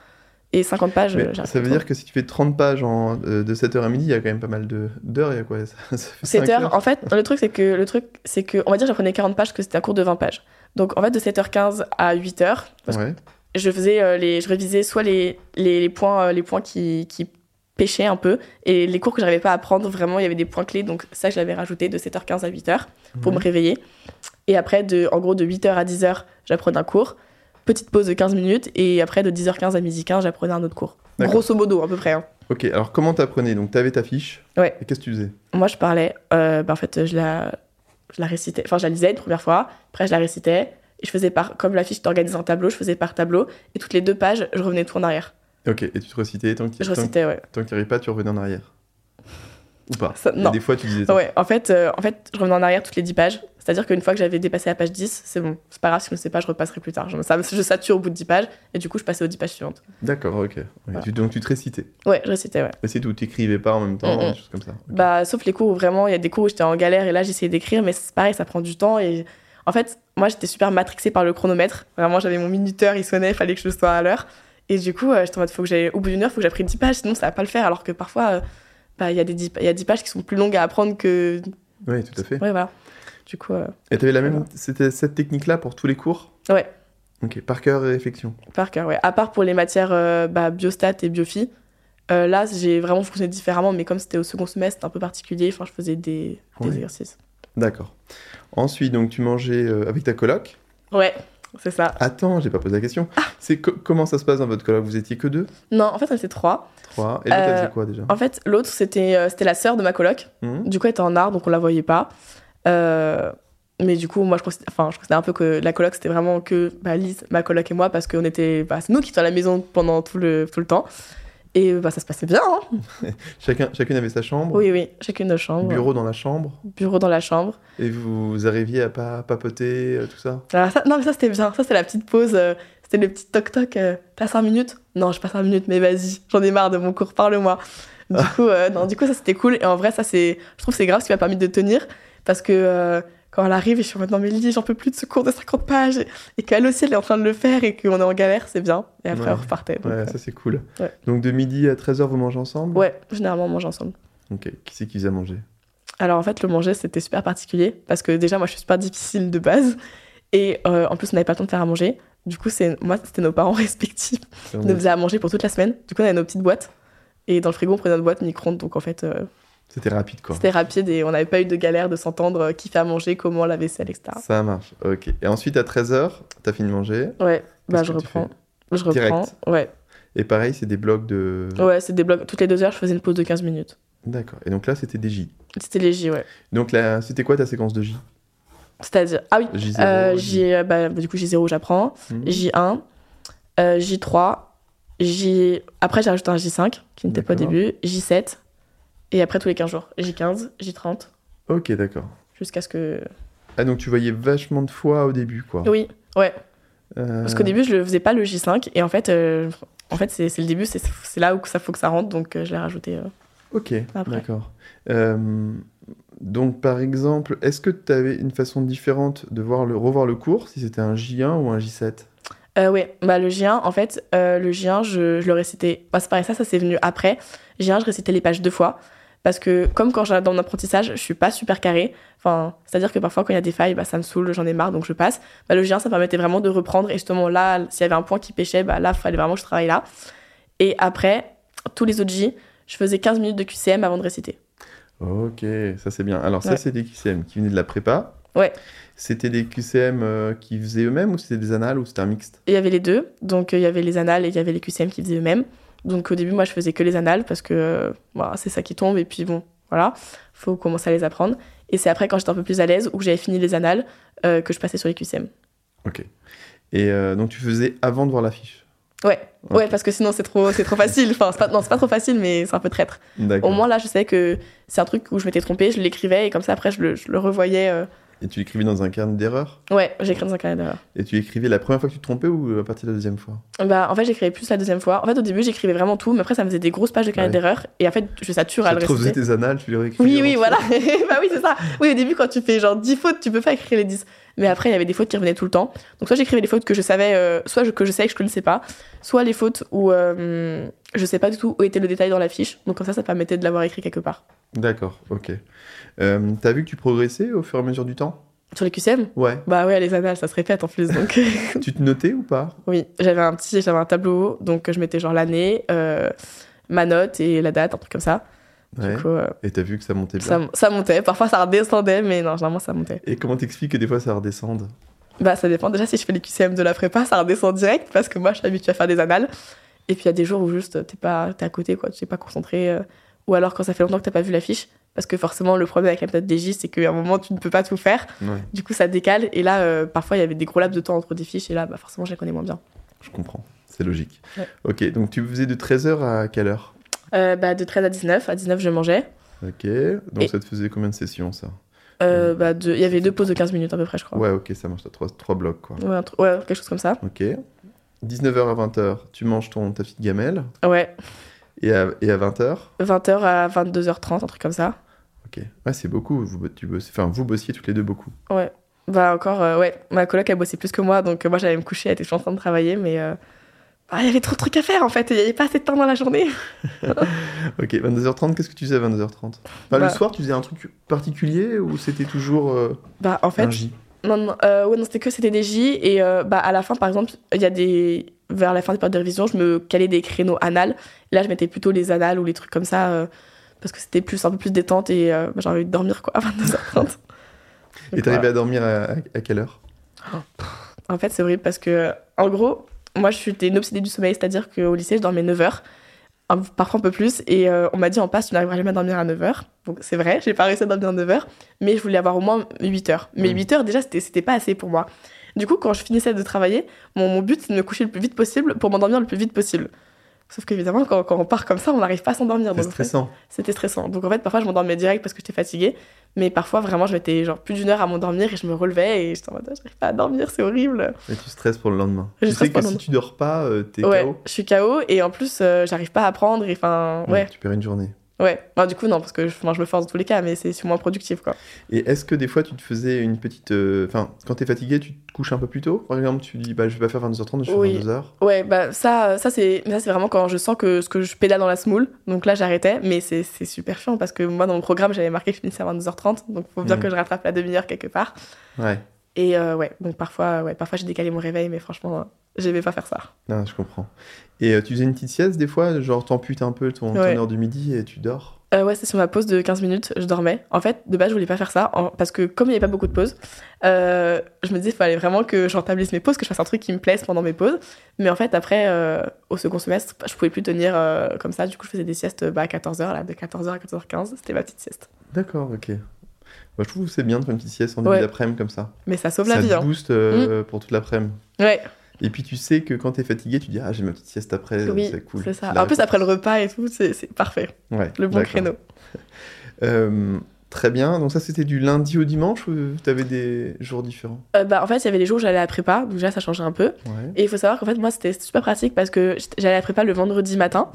Speaker 2: Et 50 pages,
Speaker 1: Mais
Speaker 2: euh, j'arrive
Speaker 1: ça
Speaker 2: pas
Speaker 1: veut
Speaker 2: trop.
Speaker 1: dire que si tu fais 30 pages en, euh, de 7h à midi, il y a quand même pas mal de- d'heures. Il y a quoi ça, ça fait
Speaker 2: 7
Speaker 1: cinq
Speaker 2: heures. En fait, le truc, c'est que, le truc, c'est que, on va dire, j'apprenais 40 pages, que c'était un cours de 20 pages. Donc, en fait, de 7h15 à 8h, parce
Speaker 1: Ouais.
Speaker 2: que je faisais, euh, les, je révisais soit les, les, les points, euh, les points qui, qui pêchaient un peu, et les cours que j'arrivais pas à prendre, vraiment, il y avait des points clés, donc ça, je l'avais rajouté de 7h15 à 8h pour me réveiller. Et après, de, en gros, de 8h à 10h, j'apprenais un cours. Petite pause de 15 minutes, et après, de 10h15 à 12h15, j'apprenais un autre cours.
Speaker 1: D'accord.
Speaker 2: Grosso modo, à peu près. hein.
Speaker 1: Ok, alors comment t'apprenais Donc t'avais ta fiche.
Speaker 2: Ouais.
Speaker 1: Et qu'est-ce que tu faisais
Speaker 2: Moi, je parlais, euh, bah, en fait, je la, je la récitais, enfin, je la lisais une première fois, après, je la récitais, et je faisais par, comme la fiche était organisée en tableau, je faisais par tableau, et toutes les deux pages, je revenais tout en arrière.
Speaker 1: Ok, et tu te recitais. Tant que tu
Speaker 2: Je
Speaker 1: tant,
Speaker 2: recitais, ouais.
Speaker 1: tant que t'y arrivais pas, tu revenais en arrière. Ou pas
Speaker 2: Ça-
Speaker 1: Ah, Il y a
Speaker 2: non.
Speaker 1: Des fois, tu disais ça.
Speaker 2: Ouais, en fait, euh, en fait, je revenais en arrière toutes les 10 pages, c'est-à-dire qu'une fois que j'avais dépassé la page 10, c'est bon, c'est pas grave, si je ne sais pas, je repasserai plus tard. Je, ça- je sature au bout de 10 pages, et du coup, je passais aux 10 pages suivantes.
Speaker 1: D'accord, ok. Ouais,
Speaker 2: Voilà.
Speaker 1: tu- donc tu te récitais.
Speaker 2: Ouais, je récitais, ouais.
Speaker 1: Et c'est tout, t'écrivais pas en même temps,
Speaker 2: Mm, mm.
Speaker 1: des choses comme ça. Ok.
Speaker 2: Bah, sauf les cours où vraiment, il y a des cours où j'étais en galère et là, j'essayais d'écrire, mais c'est pareil, ça prend du temps. Et en fait, moi, j'étais super matrixée par le chronomètre. Vraiment, j'avais mon minuteur, il sonnait, fallait que je sois à l'heure. Et du coup, euh, j'étais en mode, faut que j'aille, au bout d'une heure, faut que j'apprenne 10 pages, sinon ça va pas le faire. Alors que parfois, euh, bah, il y, a des 10 il y a 10 pages qui sont plus longues à apprendre que.
Speaker 1: Ouais, tout à fait.
Speaker 2: Ouais, voilà. Du coup, euh,
Speaker 1: Et t'avais la même, c'était cette technique-là pour tous les cours
Speaker 2: Ouais.
Speaker 1: Ok, par cœur et réflexion.
Speaker 2: par cœur, ouais. À part pour les matières euh, bah, biostat et biophie, euh, là, j'ai vraiment fonctionné différemment, mais comme c'était au second semestre, c'était un peu particulier. Enfin, je faisais des, des
Speaker 1: Ouais.
Speaker 2: exercices.
Speaker 1: D'accord. Ensuite, donc tu mangeais euh, avec ta coloc.
Speaker 2: Ouais, c'est ça.
Speaker 1: Attends, j'ai pas posé la question.
Speaker 2: Ah.
Speaker 1: C'est co- comment ça se passe dans votre coloc Vous étiez que deux,
Speaker 2: Non, en fait, on était trois.
Speaker 1: trois. Et là, t'as
Speaker 2: Euh,
Speaker 1: faisais quoi déjà
Speaker 2: En fait, l'autre, c'était euh, c'était la sœur de ma coloc.
Speaker 1: Mhm.
Speaker 2: Du coup, elle était en art, donc on la voyait pas. Euh, mais du coup, moi, je considère, enfin, je considère un peu que la coloc, c'était vraiment que bah, Lise, ma coloc et moi, parce qu'on était. Bah, c'est nous qui étions à la maison pendant tout le, tout le temps. Et bah, ça se passait bien, hein
Speaker 1: Chacun, chacune avait sa chambre.
Speaker 2: Oui, oui, chacune nos chambres.
Speaker 1: Bureau dans la chambre.
Speaker 2: Bureau dans la chambre.
Speaker 1: Et vous arriviez à pas papoter, euh, tout ça.
Speaker 2: Alors, ça, non, mais ça, c'était bien. Ça, c'est la petite pause. euh, c'était le petit toc-toc. euh, T'as 5 minutes Non, j'ai pas 5 minutes, mais vas-y, j'en ai marre de mon cours, parle-moi.
Speaker 1: Ah.
Speaker 2: Du coup, euh, non, du coup, ça, c'était cool. Et en vrai, ça, c'est. Je trouve que c'est grave ce qui m'a permis de tenir. Parce que euh, quand elle arrive, et je suis en mode, non, mais Lily, j'en peux plus de ce cours de 50 pages. Et, et qu'elle aussi, elle est en train de le faire et qu'on est en galère, c'est bien. Et après,
Speaker 1: Ouais.
Speaker 2: on repartait. donc,
Speaker 1: Ouais,
Speaker 2: euh,
Speaker 1: ça c'est cool.
Speaker 2: ouais.
Speaker 1: Donc de midi à 13h, vous mangez ensemble
Speaker 2: ouais, généralement, on mange ensemble.
Speaker 1: Ok, qui c'est qui vous a mangé
Speaker 2: Alors en fait, le manger, c'était super particulier parce que déjà, moi, je suis super difficile de base. Et euh, en plus, on n'avait pas le temps de faire à manger. Du coup, c'est moi, c'était nos parents respectifs qui
Speaker 1: Mmh.
Speaker 2: nous faisaient à manger pour toute la semaine. Du coup, on avait nos petites boîtes. Et dans le frigo, on prenait notre boîte micro-ondes. Donc en fait, euh,
Speaker 1: C'était rapide quoi.
Speaker 2: c'était rapide et on n'avait pas eu de galère de s'entendre euh, qui fait à manger, comment la vaisselle, etc.
Speaker 1: Ça marche, ok. Et ensuite à 13h, t'as fini de manger.
Speaker 2: Ouais, bah
Speaker 1: Qu'est-ce
Speaker 2: je
Speaker 1: que tu
Speaker 2: reprends. Je reprends.
Speaker 1: Direct. Mmh.
Speaker 2: Ouais,
Speaker 1: Et pareil, c'est des blocs de.
Speaker 2: ouais c'est des blocs. Toutes les deux heures, je faisais une pause de 15 minutes.
Speaker 1: D'accord. Et donc là, c'était des J.
Speaker 2: C'était léger, ouais.
Speaker 1: Donc là, c'était quoi ta séquence de J
Speaker 2: C'est-à-dire, ah oui,
Speaker 1: J0.
Speaker 2: euh, j'ai, bah, du coup, j'ai 0, j'apprends.
Speaker 1: Mhm.
Speaker 2: J1, euh, J3, J... Après, j'ai rajouté un J5 qui n'était pas au
Speaker 1: D'accord.
Speaker 2: début, J7, et après tous les 15 jours, J15, J30,
Speaker 1: Ok, d'accord.
Speaker 2: jusqu'à ce que.
Speaker 1: Ah, donc tu voyais vachement de fois au début, quoi.
Speaker 2: Oui, ouais,
Speaker 1: Euh,
Speaker 2: parce qu'au début, je ne faisais pas le J5, et en fait, euh, en fait c'est c'est le début, c'est c'est là où ça faut que ça rentre, donc euh, je l'ai rajouté. euh.
Speaker 1: Ok,
Speaker 2: Après.
Speaker 1: d'accord. Euh, donc par exemple, est-ce que tu avais une façon différente de voir le, revoir le cours, si c'était un J1 ou un J7
Speaker 2: Euh, ouais, bah, le J1, en fait, euh, le J1, je, je le récitais. Bah, c'est pareil, ça, ça c'est venu après. J1, je récitais les pages deux fois. Parce que, comme quand j'ai dans mon apprentissage, je suis pas super carré. Enfin, c'est-à-dire que parfois, quand il y a des failles, bah, ça me saoule, j'en ai marre, donc je passe. Bah, le G1, ça permettait vraiment de reprendre. Et justement, là, s'il y avait un point qui pêchait, bah, là, il fallait vraiment que je travaille là. Et après, tous les autres J, je faisais 15 minutes de QCM avant de réciter.
Speaker 1: Ok, ça c'est bien. Alors ça,
Speaker 2: Ouais.
Speaker 1: c'est des QCM qui venaient de la prépa.
Speaker 2: Ouais.
Speaker 1: C'était des QCM euh, qui faisaient eux-mêmes ou c'était des annales ou c'était un mixte
Speaker 2: Et il y avait les deux. Donc, euh, il y avait les annales et il y avait les QCM qui faisaient eux-mêmes. Donc, au début, moi, je faisais que les annales parce que euh, bah, c'est ça qui tombe. Et puis, bon, voilà, faut commencer à les apprendre. Et c'est après, quand j'étais un peu plus à l'aise ou que j'avais fini les annales, euh, que je passais sur les QCM.
Speaker 1: Ok. Et euh, donc tu faisais avant de voir l'affiche
Speaker 2: Ouais,
Speaker 1: Ok.
Speaker 2: ouais, parce que sinon, c'est trop, c'est trop facile. Enfin, c'est pas, non, c'est pas trop facile, mais c'est un peu traître.
Speaker 1: D'accord.
Speaker 2: Au moins, là, je savais que c'est un truc où je m'étais trompée, je l'écrivais et comme ça, après, je le, je le revoyais. euh,
Speaker 1: Et tu l'écrivais dans un carnet d'erreurs
Speaker 2: Ouais, j'écris dans un carnet d'erreur.
Speaker 1: Et tu écrivais la première fois que tu te trompais ou à partir de la deuxième fois
Speaker 2: Bah, en fait, j'écrivais plus la deuxième fois. En fait, au début, j'écrivais vraiment tout, mais après, ça me faisait des grosses pages de carnet
Speaker 1: Ouais.
Speaker 2: d'erreur et en fait, je sature à
Speaker 1: Tu
Speaker 2: le
Speaker 1: te refaisais
Speaker 2: réciter.
Speaker 1: tes annales, tu les réécrivais
Speaker 2: Oui, oui,
Speaker 1: ensuite.
Speaker 2: voilà. bah oui, c'est ça. Oui, au début, quand tu fais genre 10 fautes, tu peux pas écrire les 10. Mais après, il y avait des fautes qui revenaient tout le temps. Donc, soit j'écrivais les fautes que je savais, euh, soit je- que je savais que je connaissais pas, soit les fautes où euh, je sais pas du tout où était le détail dans la fiche. Donc, comme ça, ça permettait de l'avoir écrit quelque part.
Speaker 1: D'accord, ok. Euh, T'as vu que tu progressais au fur et à mesure du temps
Speaker 2: Sur les QCM
Speaker 1: Ouais.
Speaker 2: Bah ouais, les annales, ça se répète en plus. Donc,
Speaker 1: tu te notais ou pas
Speaker 2: oui, j'avais un petit, j'avais un tableau. Donc, je mettais genre l'année, euh, ma note et la date, un truc comme ça.
Speaker 1: Ouais.
Speaker 2: Du coup, euh,
Speaker 1: Et t'as vu que ça montait bien.
Speaker 2: ça, ça montait. Parfois, ça redescendait, mais non, généralement, ça montait.
Speaker 1: Et comment t'expliques que des fois ça redescende
Speaker 2: Bah ça dépend. Déjà si je fais les QCM de la prépa, ça redescend direct parce que moi je suis habituée à faire des annales. Et puis il y a des jours où juste euh, t'es pas t'es à côté quoi, t'es pas concentré. euh, ou alors quand ça fait longtemps que t'as pas vu l'affiche, parce que forcément le problème avec la méthode DJ c'est qu'à un moment tu ne peux pas tout faire.
Speaker 1: Ouais,
Speaker 2: Du coup ça décale et là euh, parfois il y avait des gros laps de temps entre des fiches et là bah forcément je les connais moins bien.
Speaker 1: je comprends. C'est logique.
Speaker 2: Ouais.
Speaker 1: Ok, donc tu faisais de 13h à quelle heure
Speaker 2: Euh, bah de 13 à 19, à 19 je mangeais.
Speaker 1: Ok, donc
Speaker 2: Et-
Speaker 1: ça te faisait combien de sessions ça
Speaker 2: Euh, bah de- il y avait deux pauses de 15 minutes à peu près je crois.
Speaker 1: Ouais, ok, ça marche, t'as trois, trois blocs quoi.
Speaker 2: Ouais, un tru- ouais, quelque chose comme ça.
Speaker 1: Ok. 19h à 20h, tu manges ton, ta petite gamelle.
Speaker 2: Ouais,
Speaker 1: Et à, et à 20h
Speaker 2: 20h à 22h30, un truc comme ça.
Speaker 1: Ok. Ouais, c'est beaucoup. Vous, bo- tu bosses- enfin, vous bossiez toutes les deux beaucoup.
Speaker 2: Bah encore, euh, ouais, ma coloc elle bossait plus que moi, donc euh, moi j'allais me coucher, elle était toujours en train de travailler, mais euh, ah, il y avait trop de trucs à faire en fait, et il n'y avait pas assez de temps dans la journée.
Speaker 1: Ok, 22h30, qu'est-ce que tu faisais à 22h30 Enfin, Le
Speaker 2: Bah-
Speaker 1: soir, tu faisais un truc particulier ou c'était toujours euh,
Speaker 2: Bah en fait,
Speaker 1: un J
Speaker 2: non, non, euh, ouais, non c'était que c'était des J, et euh, bah à la fin par exemple, il y a des... Vers la fin des périodes de révision, je me calais des créneaux annales, là je mettais plutôt les annales ou les trucs comme ça, euh, parce que c'était plus un peu plus détente et euh, bah, j'avais envie de dormir quoi, à 22h30.
Speaker 1: Et t'arrivais à dormir à, à- à quelle heure
Speaker 2: En fait, c'est horrible parce que, en gros, moi, je suis une obsédée du sommeil, c'est-à-dire qu'au lycée, je dormais 9 heures, un- parfois un peu plus, et euh, on m'a dit en passe, tu n'arriveras jamais à dormir à 9 heures. Donc, c'est vrai, j'ai pas réussi à dormir à 9 heures, mais je voulais avoir au moins 8 heures. Mais
Speaker 1: Mm.
Speaker 2: 8 heures, déjà, c'était c'était pas assez pour moi. Du coup, quand je finissais de travailler, mon, mon but, c'est de me coucher le plus vite possible pour m'endormir le plus vite possible. Sauf qu'évidemment, quand, quand on part comme ça, on n'arrive pas à s'endormir.
Speaker 1: C'est
Speaker 2: Donc, en fait,
Speaker 1: stressant.
Speaker 2: C'était stressant. Donc en fait, parfois, je m'endormais direct parce que j'étais fatiguée. Mais parfois, vraiment, je mettais genre plus d'une heure à m'endormir et je me relevais et j'étais en mode, Ah, j'arrive pas à dormir, c'est horrible.
Speaker 1: Et tu stresses pour le lendemain.
Speaker 2: Je
Speaker 1: tu
Speaker 2: stresse
Speaker 1: sais que
Speaker 2: pour le
Speaker 1: si
Speaker 2: lendemain.
Speaker 1: tu dors pas, euh, t'es
Speaker 2: ouais,
Speaker 1: KO.
Speaker 2: je suis KO et en plus, euh, j'arrive pas à apprendre. et Enfin, ouais,
Speaker 1: Tu perds une journée.
Speaker 2: ouais. Enfin, du coup, non, parce que je, enfin, je me force dans tous les cas, mais c'est sûrement moins productif, quoi.
Speaker 1: Et est-ce que des fois, tu te faisais une petite. euh, Enfin, quand t'es fatigué, tu te couches un peu plus tôt Par exemple, tu dis, bah, je vais pas faire 22h30, je vais
Speaker 2: Oui.
Speaker 1: faire 22h.
Speaker 2: Ouais, bah ça, euh, ça c'est mais ça, c'est vraiment quand je sens que ce que je pédale dans la semoule. Donc là, j'arrêtais, mais c'est c'est super chiant parce que moi, dans mon programme, j'avais marqué que je finissais à 22h30. Donc faut bien
Speaker 1: Mhm.
Speaker 2: que je rattrape la demi-heure quelque part.
Speaker 1: Ouais.
Speaker 2: Et euh, ouais, donc parfois, ouais, parfois j'ai décalé mon réveil, mais franchement, euh, j'aimais pas faire ça.
Speaker 1: Ah, je comprends. Et euh, tu faisais une petite sieste des fois, genre t'amputes un peu ton, ton
Speaker 2: Ouais.
Speaker 1: heure du midi et tu dors.
Speaker 2: Euh, ouais, c'est sur ma pause de 15 minutes, je dormais. En fait, de base, je voulais pas faire ça, en- parce que comme il n'y avait pas beaucoup de pauses, euh, je me disais, il fallait vraiment que j'entablisse mes pauses, que je fasse un truc qui me plaise pendant mes pauses. Mais en fait, après, euh, au second semestre, je pouvais plus tenir euh, comme ça. Du coup, je faisais des siestes bah, à 14h, là, de 14h à 14h15. C'était ma petite sieste.
Speaker 1: D'accord, ok. Moi, je trouve que c'est bien de faire une petite sieste en début
Speaker 2: Ouais.
Speaker 1: d'après-midi comme ça.
Speaker 2: Mais ça sauve
Speaker 1: ça
Speaker 2: la vie,
Speaker 1: te
Speaker 2: hein.
Speaker 1: booste euh, pour toute l'après-midi.
Speaker 2: Ouais,
Speaker 1: Et puis tu sais que quand t'es fatigué, tu dis ah j'ai ma petite sieste après,
Speaker 2: oui,
Speaker 1: c'est cool.
Speaker 2: c'est ça.
Speaker 1: La
Speaker 2: En plus,
Speaker 1: réponse.
Speaker 2: après le repas et tout, c'est c'est parfait.
Speaker 1: Ouais,
Speaker 2: Le bon
Speaker 1: d'accord.
Speaker 2: créneau.
Speaker 1: Euh, très bien. Donc ça c'était du lundi au dimanche ou t'avais des jours différents
Speaker 2: Euh, bah, en fait, il y avait les jours où j'allais à la prépa, donc déjà, ça changeait un peu.
Speaker 1: Ouais.
Speaker 2: Et il faut savoir qu'en fait, moi, c'était c'était super pratique parce que j't- j'allais à la prépa le vendredi matin.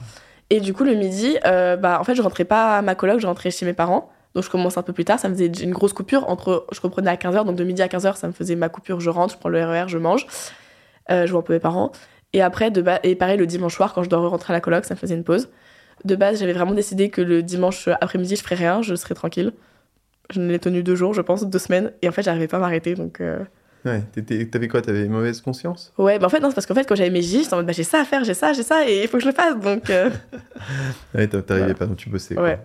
Speaker 2: Et du coup, le midi, euh, bah, en fait, je rentrais pas à ma coloc, je rentrais chez mes parents. Donc, je commençais un peu plus tard. Ça me faisait une grosse coupure. entre Je reprenais à 15h, donc de midi à 15h, ça me faisait ma coupure. Je rentre, je prends le RER, je mange, euh, je vois un peu mes parents. Et après, de ba- et pareil, le dimanche soir, quand je dois rentrer à la coloc, ça me faisait une pause. De base, j'avais vraiment décidé que le dimanche après-midi, je ferais rien, je serais tranquille. Je l'ai tenu deux jours, je pense, deux semaines, et en fait, j'arrivais pas à m'arrêter, donc. euh,
Speaker 1: Ouais, t'étais- t'avais quoi T'avais mauvaise conscience
Speaker 2: Ouais, bah en fait, non, c'est parce qu'en fait, quand j'avais mes gifs, j'étais en mode, bah, j'ai ça à faire, j'ai ça, j'ai ça, et il faut que je le fasse, donc. euh,
Speaker 1: Ouais, t'a- t'arrivais
Speaker 2: Voilà.
Speaker 1: pas, donc tu bossais.
Speaker 2: Bah, Ouais.
Speaker 1: Quoi.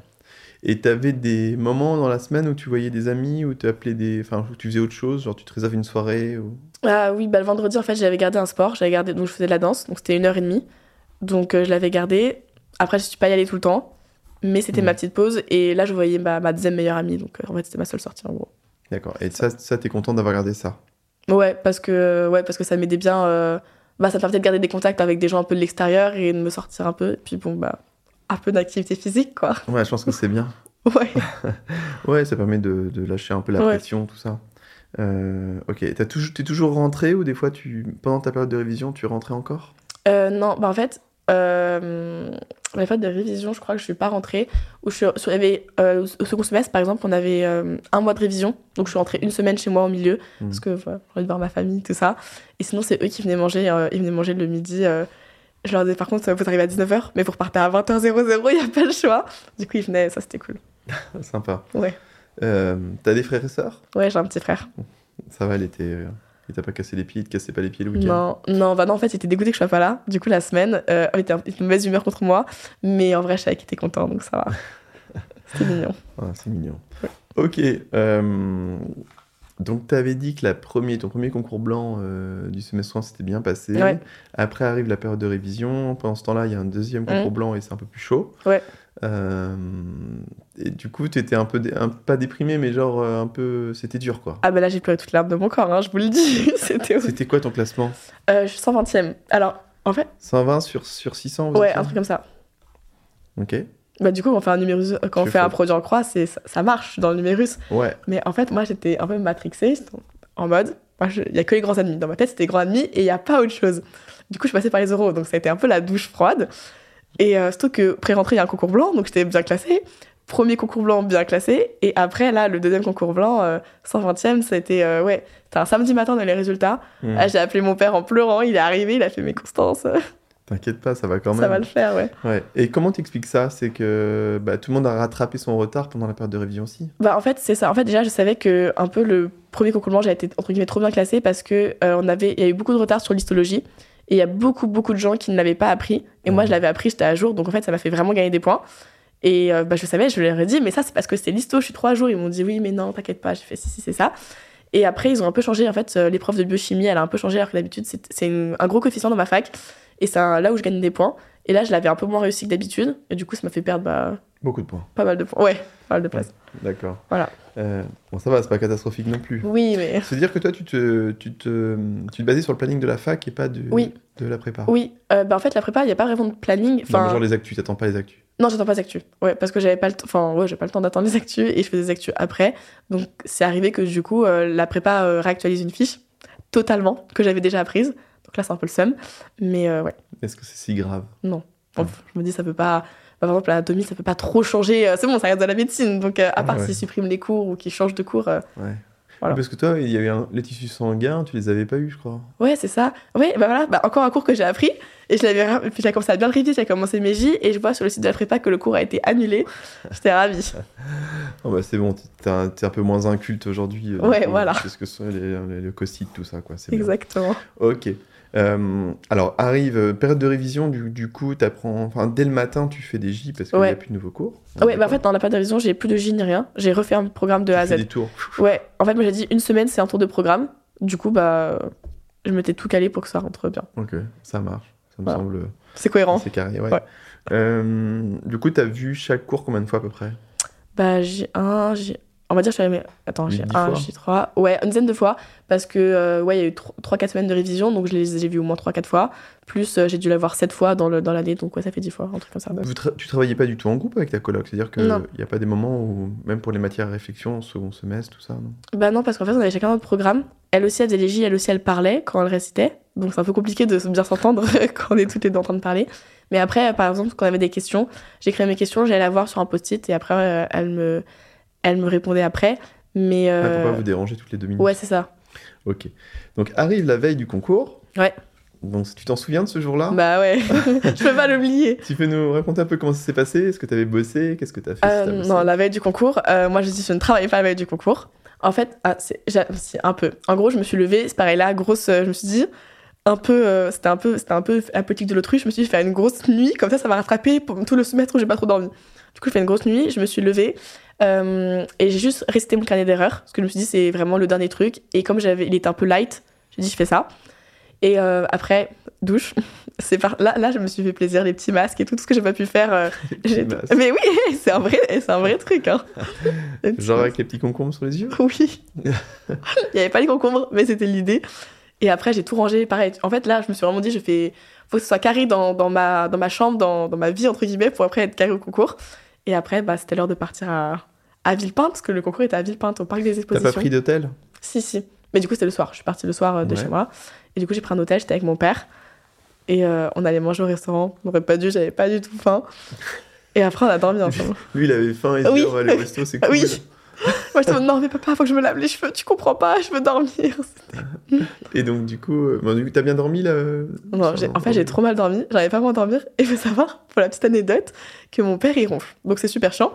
Speaker 1: Et t'avais des moments dans la semaine où tu voyais des amis, où tu appelais des. Enfin, où tu faisais autre chose, genre tu te réserves une soirée ou...
Speaker 2: Ah oui, bah, le vendredi, en fait, j'avais gardé un sport, j'avais gardé, donc je faisais de la danse, donc c'était une heure et demie. Donc euh, je l'avais gardé. Après, je suis pas y allée tout le temps, mais c'était
Speaker 1: Mhm.
Speaker 2: ma petite pause, et là, je voyais ma, ma deuxième meilleure amie, donc euh, en fait, c'était ma seule sortie, en gros.
Speaker 1: D'accord. Et ça, ça t'es content d'avoir gardé ça
Speaker 2: Ouais, parce que, euh, ouais, parce que ça m'aidait bien. euh, bah, ça me permettait de garder des contacts avec des gens un peu de l'extérieur et de me sortir un peu, et puis bon, bah, un peu d'activité physique, quoi.
Speaker 1: Ouais, je pense que c'est bien.
Speaker 2: Ouais.
Speaker 1: Ouais, ça permet de, de lâcher un peu la
Speaker 2: Ouais.
Speaker 1: pression, tout ça. Euh, ok, t'as tou- t'es toujours rentré ou des fois, tu, pendant ta période de révision, tu rentrais encore
Speaker 2: Euh, non, bah en fait, euh, la période de révision, je crois que je suis pas rentrée. Où je suis, sur- il y avait, euh, au second semestre, par exemple, on avait euh, un mois de révision. Donc je suis rentrée une semaine chez moi au milieu.
Speaker 1: Mhm.
Speaker 2: Parce que voilà, j'ai envie de voir ma famille, tout ça. Et sinon, c'est eux qui venaient manger. euh, ils venaient manger le midi. euh, je leur disais, par contre, vous arrivez à 19h, mais vous repartez à 20h00, il n'y a pas le choix. Du coup, ils venaient, ça c'était cool.
Speaker 1: Ah, Sympa.
Speaker 2: Ouais.
Speaker 1: Euh, t'as des frères et sœurs
Speaker 2: Ouais, j'ai un petit frère.
Speaker 1: Ça va, elle était. euh, il t'a pas cassé les pieds, il te cassait pas les pieds le week-end.
Speaker 2: Non, non, bah non, en fait, il était dégoûté que je sois pas là. Du coup, la semaine, euh, il était en- il était de mauvaise humeur contre moi. Mais en vrai, je savais qu'il était content, donc ça va. C'était mignon.
Speaker 1: Ah, c'est mignon. Ok. euh, donc, t'avais dit que la premier, ton premier concours blanc euh, du semestre 1 s'était bien passé.
Speaker 2: Ouais.
Speaker 1: Après arrive la période de révision. Pendant ce temps-là, il y a un deuxième concours blanc et c'est un peu plus chaud.
Speaker 2: Mmh. Ouais.
Speaker 1: Euh, et du coup, tu étais un peu, dé- un- pas déprimé, mais genre euh, un peu. C'était dur, quoi.
Speaker 2: Ah bah là j'ai pleuré toute l'arme de mon corps, hein, je vous le dis. C'était horrible.
Speaker 1: C'était quoi ton classement
Speaker 2: Euh, je suis 120 e Alors en fait,
Speaker 1: 120 sur, sur 600 vous
Speaker 2: ouais,
Speaker 1: êtes
Speaker 2: un
Speaker 1: sûr
Speaker 2: truc comme ça.
Speaker 1: Ok.
Speaker 2: Bah du coup quand on fait un numérus, euh, quand on
Speaker 1: C'est
Speaker 2: fait
Speaker 1: fou.
Speaker 2: un produit en croix, c'est ça, ça marche dans le numérus.
Speaker 1: Ouais.
Speaker 2: Mais en fait moi j'étais un peu matrixée j'étais en mode, moi, je- il y a que les grands ennemis. Dans ma tête c'était les grands ennemis et il y a pas autre chose. Du coup je passais par les euros, donc ça a été un peu la douche froide. Et euh, surtout que pré-rentrée il y a un concours blanc, donc j'étais bien classée. Premier concours blanc bien classé et après là le deuxième concours blanc euh, 120 e c'était euh, ouais, c'était un samedi matin on a eu les résultats.
Speaker 1: Hmm.
Speaker 2: Ah, j'ai appelé mon père en pleurant, il est arrivé, il a fait mes constances.
Speaker 1: T'inquiète pas, ça va quand même.
Speaker 2: Ça va le faire, ouais.
Speaker 1: Ouais. Et comment t'expliques ça C'est que bah, tout le monde a rattrapé son retard pendant la période de révision aussi.
Speaker 2: Bah, en fait, c'est ça. En fait, déjà, je savais que un peu le premier concours blanc, j'ai été entre guillemets trop bien classée parce que euh, on avait, il y a eu beaucoup de retard sur l'histologie et il y a beaucoup, beaucoup de gens qui ne l'avaient pas appris. Et moi,
Speaker 1: Mhm.
Speaker 2: je l'avais appris, j'étais à jour, donc en fait, ça m'a fait vraiment gagner des points. Et euh, bah, je savais, je leur ai dit, mais ça, c'est parce que c'est l'histo, je suis trois jours. Ils m'ont dit, oui, mais non, t'inquiète pas, j'ai fait si, si, c'est ça. Et après, ils ont un peu changé. En fait, euh, l'épreuve de biochimie, elle a un peu changé, alors que d'habitude, c'est c'est une- un gros coefficient dans ma fac. Et c'est un- là où je gagne des points. Et là, je l'avais un peu moins réussi que d'habitude. Et du coup, ça m'a fait perdre bah,
Speaker 1: Beaucoup de points.
Speaker 2: pas mal de points. Ouais, pas mal de places.
Speaker 1: D'accord.
Speaker 2: Voilà.
Speaker 1: Euh, bon, ça va, c'est pas catastrophique non plus.
Speaker 2: Oui, mais.
Speaker 1: C'est dire que toi, tu te, tu, te, tu te basais sur le planning de la fac et pas du,
Speaker 2: Oui.
Speaker 1: de la prépa.
Speaker 2: Oui, euh, bah en fait, la prépa, il n'y a pas vraiment de planning.
Speaker 1: Non, mais
Speaker 2: Enfin,
Speaker 1: genre les actus, t'attends pas les actus.
Speaker 2: non, j'attends pas les actus. Ouais, parce que j'avais pas le temps. Enfin, ouais, j'ai pas le temps d'attendre les actus et je fais des actus après. Donc, c'est arrivé que du coup, euh, la prépa euh, réactualise une fiche totalement que j'avais déjà apprise. Donc là, c'est un peu le seum. Mais euh, ouais,
Speaker 1: Est-ce que c'est si grave
Speaker 2: Bon,
Speaker 1: Ouais.
Speaker 2: je me dis, ça peut pas. bah, par exemple, l'anatomie, ça peut pas trop changer. Euh, C'est bon, ça reste de la médecine. Donc, euh, à
Speaker 1: Ouais,
Speaker 2: part
Speaker 1: ouais.
Speaker 2: s'ils suppriment les cours ou qu'ils changent de cours, euh,
Speaker 1: Ouais.
Speaker 2: Voilà.
Speaker 1: Parce que toi, il y avait un... les tissus sanguins, tu les avais pas eu, je crois.
Speaker 2: Ouais, c'est ça. Ouais, bah voilà, bah encore un cours que j'ai appris. Et je l'avais, ra- et puis j'ai commencé à bien le réviser, j'ai commencé mes J, et je vois sur le site de la prépa que le cours a été annulé. J'étais ravie.
Speaker 1: Oh, bah, c'est bon, t'es- t'es un, t'es un peu moins inculte aujourd'hui. euh,
Speaker 2: Ouais,
Speaker 1: du coup,
Speaker 2: voilà.
Speaker 1: C'est ce que sont les, les leucocytes, tout ça, quoi. C'est bien. Ah,
Speaker 2: Exactement.
Speaker 1: Ok. Euh, alors, arrive euh, période de révision, du, du coup, t'apprends. Enfin, dès le matin, tu fais des J parce qu'il n'y a
Speaker 2: Ouais.
Speaker 1: plus de nouveaux cours. Ah,
Speaker 2: Ouais, bah en fait, dans la période de révision, j'ai plus de J ni rien. J'ai refait un programme de
Speaker 1: tu
Speaker 2: A à
Speaker 1: fais
Speaker 2: Z.
Speaker 1: des tours.
Speaker 2: Ouais, en fait, moi j'ai dit une semaine, c'est un tour de programme. Du coup, bah, je m'étais tout calé pour que ça rentre bien.
Speaker 1: Ok, ça marche. Ça me
Speaker 2: Voilà.
Speaker 1: semble
Speaker 2: C'est cohérent.
Speaker 1: assez carré, ouais.
Speaker 2: Ouais.
Speaker 1: Euh, du coup, t'as vu chaque cours combien de fois à peu près
Speaker 2: Bah, J1, J. On va dire, je suis allée- mais Attends,
Speaker 1: Dix
Speaker 2: J1,
Speaker 1: fois.
Speaker 2: J3. Ouais, une dizaine de fois. Parce que, euh, ouais, il y a eu 3-4 semaines de révision, donc je les ai vus au moins 3-4 fois. Plus, euh, j'ai dû l'avoir 7 fois dans le- dans l'année, donc ouais, ça fait 10 fois, un truc comme ça.
Speaker 1: Vous tra- Tu travaillais pas du tout en groupe avec ta coloc C'est-à-dire qu'il
Speaker 2: Non.
Speaker 1: n'y a pas des moments où, même pour les matières à réflexion, second semestre, tout ça, non
Speaker 2: Bah non, parce qu'en fait, on avait chacun notre programme. Elle aussi, elle faisait les J, elle aussi, elle parlait quand elle récitait. Donc c'est un peu compliqué de se- bien s'entendre quand on est toutes les deux en train de parler. Mais après, par exemple, quand on avait des questions, j'écrivais mes questions, j'allais la voir sur un post-it et après, euh, elle me, elle me répondait après. Mais.
Speaker 1: Ah,
Speaker 2: euh,
Speaker 1: Pour pas vous déranger toutes les deux minutes.
Speaker 2: ouais, c'est ça.
Speaker 1: Ok. Donc, arrive la veille du concours.
Speaker 2: Ouais.
Speaker 1: Bon, tu t'en souviens de ce jour-là
Speaker 2: Bah ouais, je peux pas l'oublier.
Speaker 1: Tu peux nous raconter un peu comment ça s'est passé Est-ce que tu avais bossé Qu'est-ce que tu as fait si
Speaker 2: Euh,
Speaker 1: t'as bossé
Speaker 2: non, la veille du concours, euh, moi je dis je ne travaille pas la veille du concours. En fait, ah, c'est j'a- si, un peu. En gros, je me suis levée, c'est pareil là, grosse. euh, je me suis dit un peu, euh, c'était un peu, c'était un peu la politique de l'autruche. Je me suis dit, je vais faire une grosse nuit, comme ça, ça va rattraper pour tout le semestre où j'ai pas trop dormi. Du coup, je fais une grosse nuit, je me suis levée euh, et j'ai juste récité mon carnet d'erreurs parce que je me suis dit c'est vraiment le dernier truc. Et comme j'avais, il était un peu light, j'ai dit je fais ça. Et euh, après douche, c'est par là, là je me suis fait plaisir les petits masques et tout, tout ce que j'ai pas pu faire. euh, j'ai-
Speaker 1: masques.
Speaker 2: Mais oui, c'est un vrai, c'est un vrai truc. Hein. Les petits
Speaker 1: Genre avec les petits concombres sur les yeux
Speaker 2: oui. Il n'y avait pas les concombres, mais c'était l'idée. Et après, j'ai tout rangé. Pareil, en fait, là, je me suis vraiment dit, je fais. faut que ce soit carré dans, dans ma, dans ma chambre, dans, dans ma vie, entre guillemets, pour après être carré au concours. Et après, bah, c'était l'heure de partir à, à Villepinte, parce que le concours était à Villepinte, au parc des
Speaker 1: T'as
Speaker 2: expositions.
Speaker 1: pas pris d'hôtel
Speaker 2: Si, si. Mais du coup, c'était le soir. Je suis partie le soir euh, de
Speaker 1: Ouais.
Speaker 2: chez moi. Et du coup, j'ai pris un hôtel, j'étais avec mon père. Et euh, on allait manger au restaurant. On n'aurait pas dû, j'avais pas du tout faim. Et après, on a dormi ensemble.
Speaker 1: Lui, il avait faim, il se dit
Speaker 2: Oui.
Speaker 1: on va aller au resto, c'est cool.
Speaker 2: Ah Oui. Moi, j'étais en mode, non, mais papa, faut que je me lave les cheveux, tu comprends pas, je veux dormir.
Speaker 1: Et donc, du coup, euh, bon, du coup, t'as bien dormi là euh,
Speaker 2: Non,
Speaker 1: sur-
Speaker 2: j'ai- en fait, j'ai trop mal dormi, j'arrivais pas à m'endormir. Et il faut savoir, pour la petite anecdote, que mon père, il ronfle. Donc, c'est super chiant.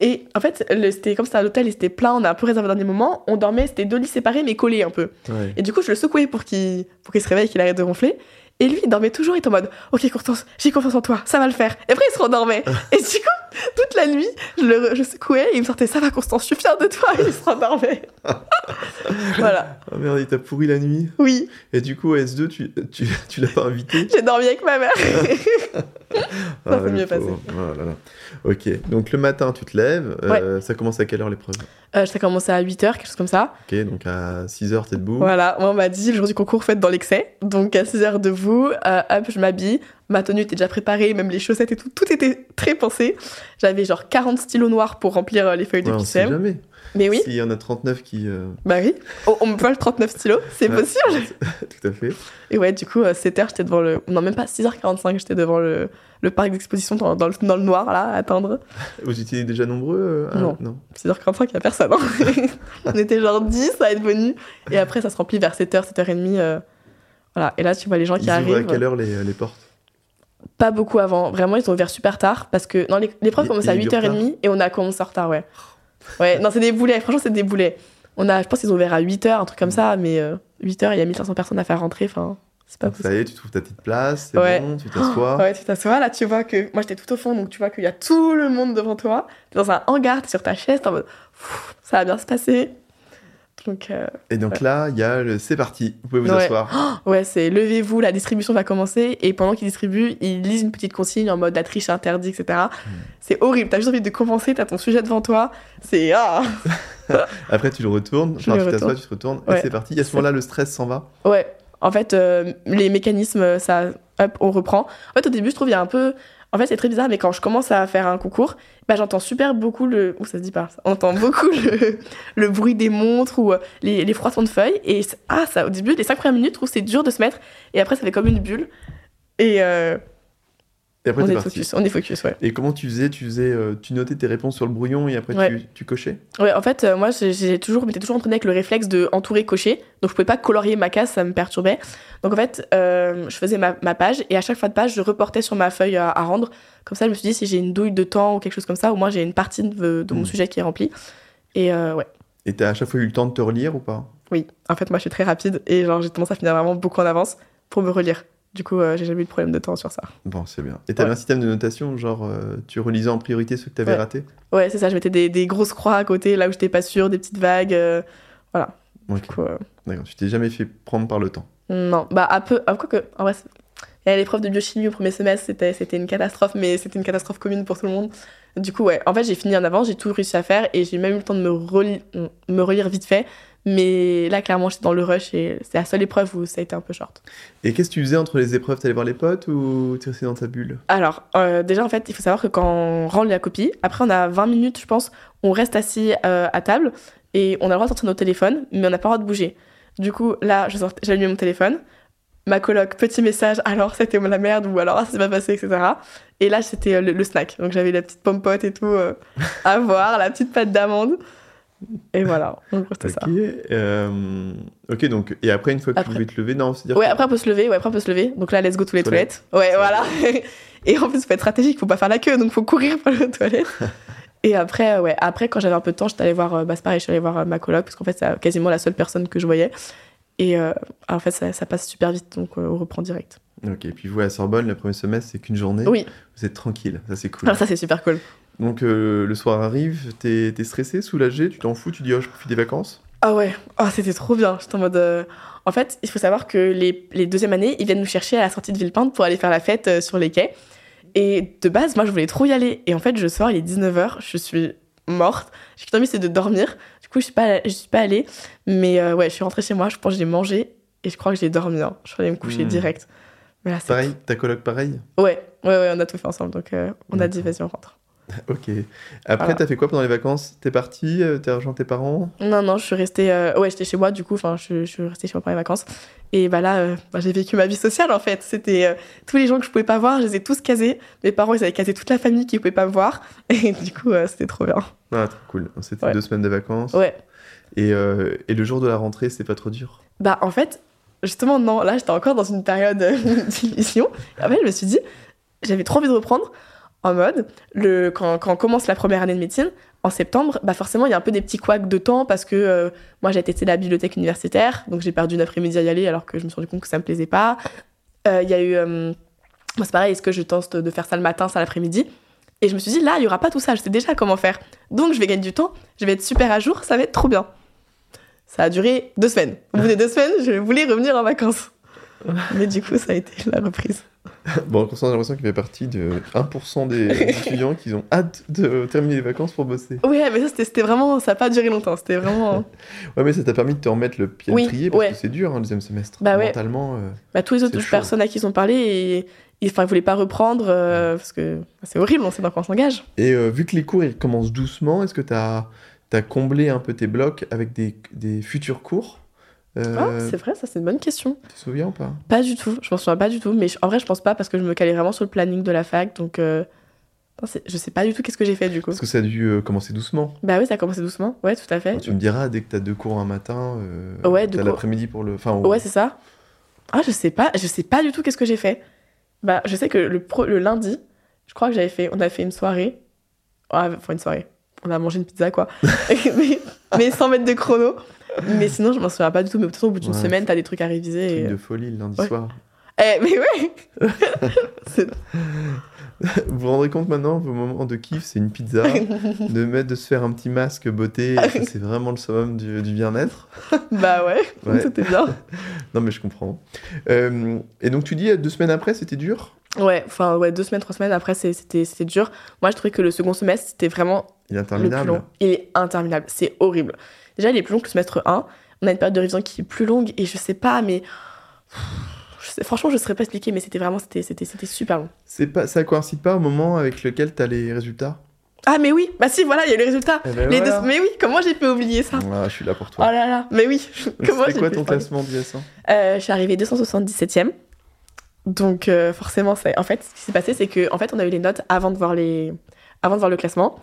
Speaker 2: Et en fait, le- c'était comme c'était à l'hôtel, il était plein, on a un peu réservé au dernier moment. On dormait, c'était deux lits séparés, mais collés un peu.
Speaker 1: Ouais.
Speaker 2: Et du coup, je le secouais pour qu'il pour qu'il se réveille, qu'il arrête de ronfler. Et lui, il dormait toujours, il était en mode Ok, Constance, j'ai confiance en toi, ça va le faire. Et après, il se rendormait. et du coup, toute la nuit, je le je secouais et il me sortait Ça va, Constance, je suis fière de toi. Et il se rendormait. voilà,
Speaker 1: Ah merde, il t'a pourri la nuit.
Speaker 2: oui,
Speaker 1: Et du coup, S2, tu, tu, tu l'as pas invité Ah,
Speaker 2: j'ai dormi avec ma mère. Ça s'est
Speaker 1: le
Speaker 2: mieux
Speaker 1: pauvre. Oh là là. Ok, donc le matin, tu te lèves. euh, Ça commence à quelle heure l'épreuve
Speaker 2: Euh, ça commençait à 8h, quelque chose comme ça.
Speaker 1: Ok, donc à 6h, t'es debout.
Speaker 2: Voilà, moi on m'a dit le jour du concours, faites dans l'excès. Donc à 6h de vous, euh, hop, je m'habille. Ma tenue était déjà préparée, même les chaussettes et tout, tout était très pensé. J'avais genre 40 stylos noirs pour remplir euh, les feuilles de
Speaker 1: Ouais, on sait
Speaker 2: QCM.
Speaker 1: jamais.
Speaker 2: Mais oui,
Speaker 1: S'il y en a 39 qui. euh,
Speaker 2: bah oui, on, on me vole 39 stylos, c'est
Speaker 1: Ouais.
Speaker 2: possible.
Speaker 1: Tout à fait.
Speaker 2: Et ouais, du coup, euh, 7h, j'étais devant le. Non, même pas 6h45, j'étais devant le, le parc d'exposition dans, dans le, dans le noir, là, à attendre.
Speaker 1: Vous étiez déjà nombreux euh, à-
Speaker 2: Non. 6h45, il n'y a personne. hein. on était genre 10 à être venus. Et après, ça se remplit vers 7h, 7h30. euh, Voilà, et là, tu vois les gens
Speaker 1: Ils
Speaker 2: qui
Speaker 1: ouvrent à
Speaker 2: arrivent.
Speaker 1: quelle heure les, les portes
Speaker 2: pas beaucoup avant. Vraiment, ils ont ouvert super tard parce que non, l'é- l'épreuve
Speaker 1: Il-
Speaker 2: commence
Speaker 1: il
Speaker 2: à
Speaker 1: est dur tard.
Speaker 2: 8h30 et on a commencé en retard, ouais. Ouais, non, c'est des boulets, franchement, c'est des boulets. On a, je pense qu'ils ont ouvert à 8h, un
Speaker 1: Mm.
Speaker 2: truc comme ça, mais 8h, il y a 1500 personnes à faire rentrer, enfin, c'est pas
Speaker 1: Ça
Speaker 2: possible.
Speaker 1: y est, tu trouves ta petite place, c'est
Speaker 2: Ouais.
Speaker 1: bon, tu t'assois.
Speaker 2: Ouais, tu t'assois là, tu vois que moi j'étais tout au fond, donc tu vois qu'il y a tout le monde devant toi. T'es dans un hangar, t'es sur ta chaise, t'es en mode Pfff, ça va bien se passer. Donc, euh,
Speaker 1: Et donc là, il y a le c'est parti, vous pouvez vous
Speaker 2: Ouais.
Speaker 1: asseoir.
Speaker 2: ouais, c'est levez-vous, la distribution va commencer. Et pendant qu'ils distribuent, ils lisent une petite consigne en mode la triche est interdite, etc. C'est horrible. T'as juste envie de commencer, t'as ton sujet devant toi. C'est ah
Speaker 1: Après, tu le retournes,
Speaker 2: Je
Speaker 1: enfin,
Speaker 2: le
Speaker 1: tu t'assois,
Speaker 2: retourne.
Speaker 1: tu te retournes, et
Speaker 2: Ouais.
Speaker 1: c'est parti. Et à ce
Speaker 2: C'est-
Speaker 1: moment-là, le stress s'en va.
Speaker 2: Ouais, en fait, euh, les mécanismes, ça, hop, on reprend. En fait, au début, je trouve, il y a un peu. En fait, c'est très bizarre, mais quand je commence à faire un concours, bah, j'entends super beaucoup le. Ouh, ça se dit pas. ça. On entend beaucoup le, le bruit des montres ou euh, les, les froissons de feuilles. Et c- ah, ça, au début, les 5 premières minutes, je trouve que c'est dur de se mettre. Et après, ça fait comme une bulle. Et euh,
Speaker 1: Et après,
Speaker 2: on
Speaker 1: t'es
Speaker 2: est
Speaker 1: parti.
Speaker 2: focus, on est focus, ouais.
Speaker 1: Et comment tu faisais Tu faisais, euh, tu notais tes réponses sur le brouillon et après
Speaker 2: Ouais.
Speaker 1: tu, tu cochais
Speaker 2: Ouais, en fait, euh, moi, j'ai- j'ai toujours, m'étais toujours entraînée avec le réflexe de entourer, cocher. Donc, je pouvais pas colorier ma case, ça me perturbait. Donc, en fait, euh, je faisais ma, ma page et à chaque fin de page, je reportais sur ma feuille à, à rendre. Comme ça, je me suis dit, si j'ai une douille de temps ou quelque chose comme ça, au moins j'ai une partie de, de mon
Speaker 1: Mm.
Speaker 2: sujet qui est remplie. Et euh, ouais,
Speaker 1: Et t'as à chaque fois eu le temps de te relire ou pas
Speaker 2: oui. En fait, moi, je suis très rapide et genre, j'ai tendance à finir vraiment beaucoup en avance pour me relire. Du coup, euh, j'ai jamais eu de problème de temps sur ça.
Speaker 1: Bon, c'est bien. Et t'avais
Speaker 2: Ouais.
Speaker 1: un système de notation, genre euh, tu relisais en priorité ceux que t'avais
Speaker 2: Ouais.
Speaker 1: ratés
Speaker 2: Ouais, c'est ça, je mettais des, des grosses croix à côté, là où j'étais pas sûre, des petites vagues. euh,
Speaker 1: Ok,
Speaker 2: quoi.
Speaker 1: D'accord, tu t'es jamais fait prendre par le temps.
Speaker 2: Non, bah un peu, ah, quoi que, en vrai, c'est- il y a l'épreuve de biochimie au premier semestre, c'était, c'était une catastrophe, mais c'était une catastrophe commune pour tout le monde. Du coup, ouais, en fait, j'ai fini en avance, j'ai tout réussi à faire et j'ai même eu le temps de me, reli- me relire vite fait. Mais là, clairement, j'étais dans le rush et c'est la seule épreuve où ça a été un peu short.
Speaker 1: Et qu'est-ce que tu faisais entre les épreuves T'allais voir les potes ou tu restais dans ta bulle
Speaker 2: Alors, euh, déjà, en fait, il faut savoir que quand on rend la copie, après, on a 20 minutes, je pense, on reste assis euh, à table et on a le droit de sortir nos téléphones, mais on n'a pas le droit de bouger. Du coup, là, je sortais- j'ai allumé mon téléphone. Ma coloc, petit message, alors c'était la merde ou alors ah, ça s'est pas passé, etc. Et là, c'était euh, le, le snack. Donc j'avais la petite pompote et tout euh, à voir, la petite pâte d'amande. Et voilà, en gros, c'était
Speaker 1: Ok, euh, ok, donc, et après, une fois que
Speaker 2: Après-
Speaker 1: tu devais te lever, non, c'est-à-dire.
Speaker 2: ça. Ouais,
Speaker 1: que-
Speaker 2: après on peut se lever, ouais, après on peut se lever. Donc là, let's go tous les
Speaker 1: Toilette.
Speaker 2: toilettes. Ouais, voilà. et en plus, faut être stratégique, faut pas faire la queue, donc faut courir pour les toilettes. Et après, euh, ouais, après, quand j'avais un peu de temps, j'étais allée voir, euh, bah, c'est pareil, je suis allée voir euh, ma coloc, parce qu'en fait, c'est quasiment la seule personne que je voyais. Et euh, en fait, ça, ça passe super vite, donc euh, on reprend direct.
Speaker 1: Ok, puis vous, à Sorbonne, le premier semestre, c'est qu'une journée.
Speaker 2: Oui,
Speaker 1: Vous êtes tranquille, ça c'est cool.
Speaker 2: alors ça, c'est super cool.
Speaker 1: Donc, euh, le soir arrive, t'es es stressé, soulagé, tu t'en fous, tu dis, oh, je profite des vacances.
Speaker 2: Ah ouais, Ah, c'était trop bien. J'étais en mode. euh, En fait, il faut savoir que les, les deuxièmes années, ils viennent nous chercher à la sortie de Villepinte pour aller faire la fête euh, sur les quais. Et de base, moi, je voulais trop y aller. Et en fait, je sors, il est 19h, je suis morte. J'ai qu'une envie, c'est de dormir. Du coup, je suis pas, allée- je suis pas allée. Mais euh, ouais, je suis rentrée chez moi, je pense que j'ai mangé et je crois que j'ai dormi. hein. Je suis allée me coucher
Speaker 1: Hmm.
Speaker 2: direct. Mais là, c'est.
Speaker 1: Pareil, ta coloc, pareil.
Speaker 2: Ouais, ouais, ouais, on a tout fait ensemble. Donc, euh, on
Speaker 1: Hmm.
Speaker 2: a dit, vas-y, on rentre.
Speaker 1: Ok. Après,
Speaker 2: Voilà.
Speaker 1: t'as fait quoi pendant les vacances T'es parti, euh, t'as rejoint tes parents
Speaker 2: Non, non, je suis restée. euh, Ouais, j'étais chez moi, du coup, enfin, je, je suis restée chez moi pour les vacances. Et bah là, euh, bah, j'ai vécu ma vie sociale, en fait. C'était euh, tous les gens que je pouvais pas voir, je les ai tous casés. Mes parents, ils avaient casé toute la famille qui pouvait pas me voir. Et du coup, euh, c'était trop bien.
Speaker 1: Ah, trop cool. C'était
Speaker 2: Ouais.
Speaker 1: deux semaines de vacances.
Speaker 2: Ouais.
Speaker 1: Et, euh, et le jour de la rentrée, c'est pas trop dur
Speaker 2: Bah, en fait, justement, non, là, j'étais encore dans une période euh, d'illusion. En fait, je me suis dit, j'avais trop envie de reprendre en mode, le, quand, quand on commence la première année de médecine, en septembre, bah forcément, il y a un peu des petits couacs de temps parce que euh, moi, j'ai testé la bibliothèque universitaire, donc j'ai perdu une après-midi à y aller alors que je me suis rendu compte que ça me plaisait pas. Euh, Il y a eu. euh, moi, c'est pareil, est-ce que je tente de faire ça le matin, ça l'après-midi Et je me suis dit, là, il y aura pas tout ça, je sais déjà comment faire. Donc, je vais gagner du temps, je vais être super à jour, ça va être trop bien. Ça a duré deux semaines. Au bout des deux semaines, je voulais revenir en vacances. Mais du coup, ça a été la reprise.
Speaker 1: Bon, Constant, j'ai l'impression qu'il fait partie de 1% des étudiants qui ont hâte de terminer les vacances pour bosser.
Speaker 2: Ouais, mais ça, c'était- c'était vraiment. Ça n'a pas duré longtemps. C'était vraiment.
Speaker 1: Ouais, mais ça t'a permis de te remettre le pied à
Speaker 2: Oui,
Speaker 1: l'étrier parce
Speaker 2: ouais.
Speaker 1: que c'est dur, hein, le deuxième semestre.
Speaker 2: Bah ouais.
Speaker 1: Mentalement, euh,
Speaker 2: Bah, tous les
Speaker 1: C'est
Speaker 2: autres
Speaker 1: chaud.
Speaker 2: personnes à qui ils ont parlé, et- ils ne voulaient pas reprendre euh, parce que c'est horrible, on sait dans quoi on s'engage.
Speaker 1: Et euh, vu que les cours ils commencent doucement, est-ce que tu as, comblé un peu tes blocs avec des, des futurs cours
Speaker 2: Ah,
Speaker 1: Euh,
Speaker 2: c'est vrai, ça, c'est une bonne question.
Speaker 1: Tu te souviens ou pas
Speaker 2: Pas du tout. Je m'en souviens pas du tout. Mais je- en vrai, je pense pas parce que je me calais vraiment sur le planning de la fac. Donc. euh, non, c'est- je sais pas du tout qu'est-ce que j'ai fait du coup.
Speaker 1: Parce que ça a dû euh, commencer doucement.
Speaker 2: Bah oui, ça a commencé doucement. Ouais, tout à fait.
Speaker 1: Enfin, tu me diras, dès que tu as deux cours un matin, euh,
Speaker 2: Ouais,
Speaker 1: t'as
Speaker 2: deux cours.
Speaker 1: l'après-midi pour le. Enfin, au-
Speaker 2: Ouais, c'est ça. Ah, je sais pas, je sais pas du tout qu'est-ce que j'ai fait. Bah, je sais que le, pro- le lundi, je crois que j'avais fait, on a fait une soirée. Ah, enfin, une soirée. On a mangé une pizza, quoi. mais, mais sans mettre de chrono. Mais sinon, je m'en souviens pas du tout. Mais de toute façon, au bout d'une
Speaker 1: Ouais.
Speaker 2: semaine, t'as des trucs à réviser.
Speaker 1: truc
Speaker 2: Et...
Speaker 1: de folie le lundi
Speaker 2: euh, Ouais.
Speaker 1: soir.
Speaker 2: Eh, mais ouais C'est-
Speaker 1: Vous vous rendez compte maintenant, vos moments de kiff, c'est une pizza, de, mettre, de se faire un petit masque beauté, ça, c'est vraiment le summum du, du bien-être.
Speaker 2: Bah ouais,
Speaker 1: Ouais.
Speaker 2: c'était bien.
Speaker 1: Non, mais je comprends. Euh, et donc, tu dis, euh, deux semaines après, c'était dur
Speaker 2: Ouais, enfin, ouais, deux semaines, trois semaines après, c'est- c'était c'était dur. Moi, je trouvais que le second semestre, c'était vraiment
Speaker 1: Il est
Speaker 2: le plus
Speaker 1: interminable.
Speaker 2: long. Il est interminable, c'est horrible. Déjà, il est plus long que le semestre 1. On a une période de révision qui est plus longue et je sais pas, mais. je sais- Franchement, je ne saurais pas expliquer, mais c'était vraiment c'était, c'était, c'était super long.
Speaker 1: C'est pas, ça coïncide pas au moment avec lequel t'as les résultats
Speaker 2: Ah, mais oui, bah si, voilà, il y a eu les résultats.
Speaker 1: Eh ben
Speaker 2: Les
Speaker 1: voilà.
Speaker 2: deux- Mais oui, comment j'ai pu oublier ça
Speaker 1: Ah, je suis là pour
Speaker 2: Oh
Speaker 1: toi.
Speaker 2: là là, mais oui, comment
Speaker 1: C'est
Speaker 2: j'ai
Speaker 1: quoi
Speaker 2: pu
Speaker 1: ton
Speaker 2: faire
Speaker 1: classement hein du S1
Speaker 2: Euh, je suis arrivée 277e. Donc euh, forcément, c'est... en fait, ce qui s'est passé, c'est que en fait, on a eu les notes avant de voir, les... avant de voir le classement.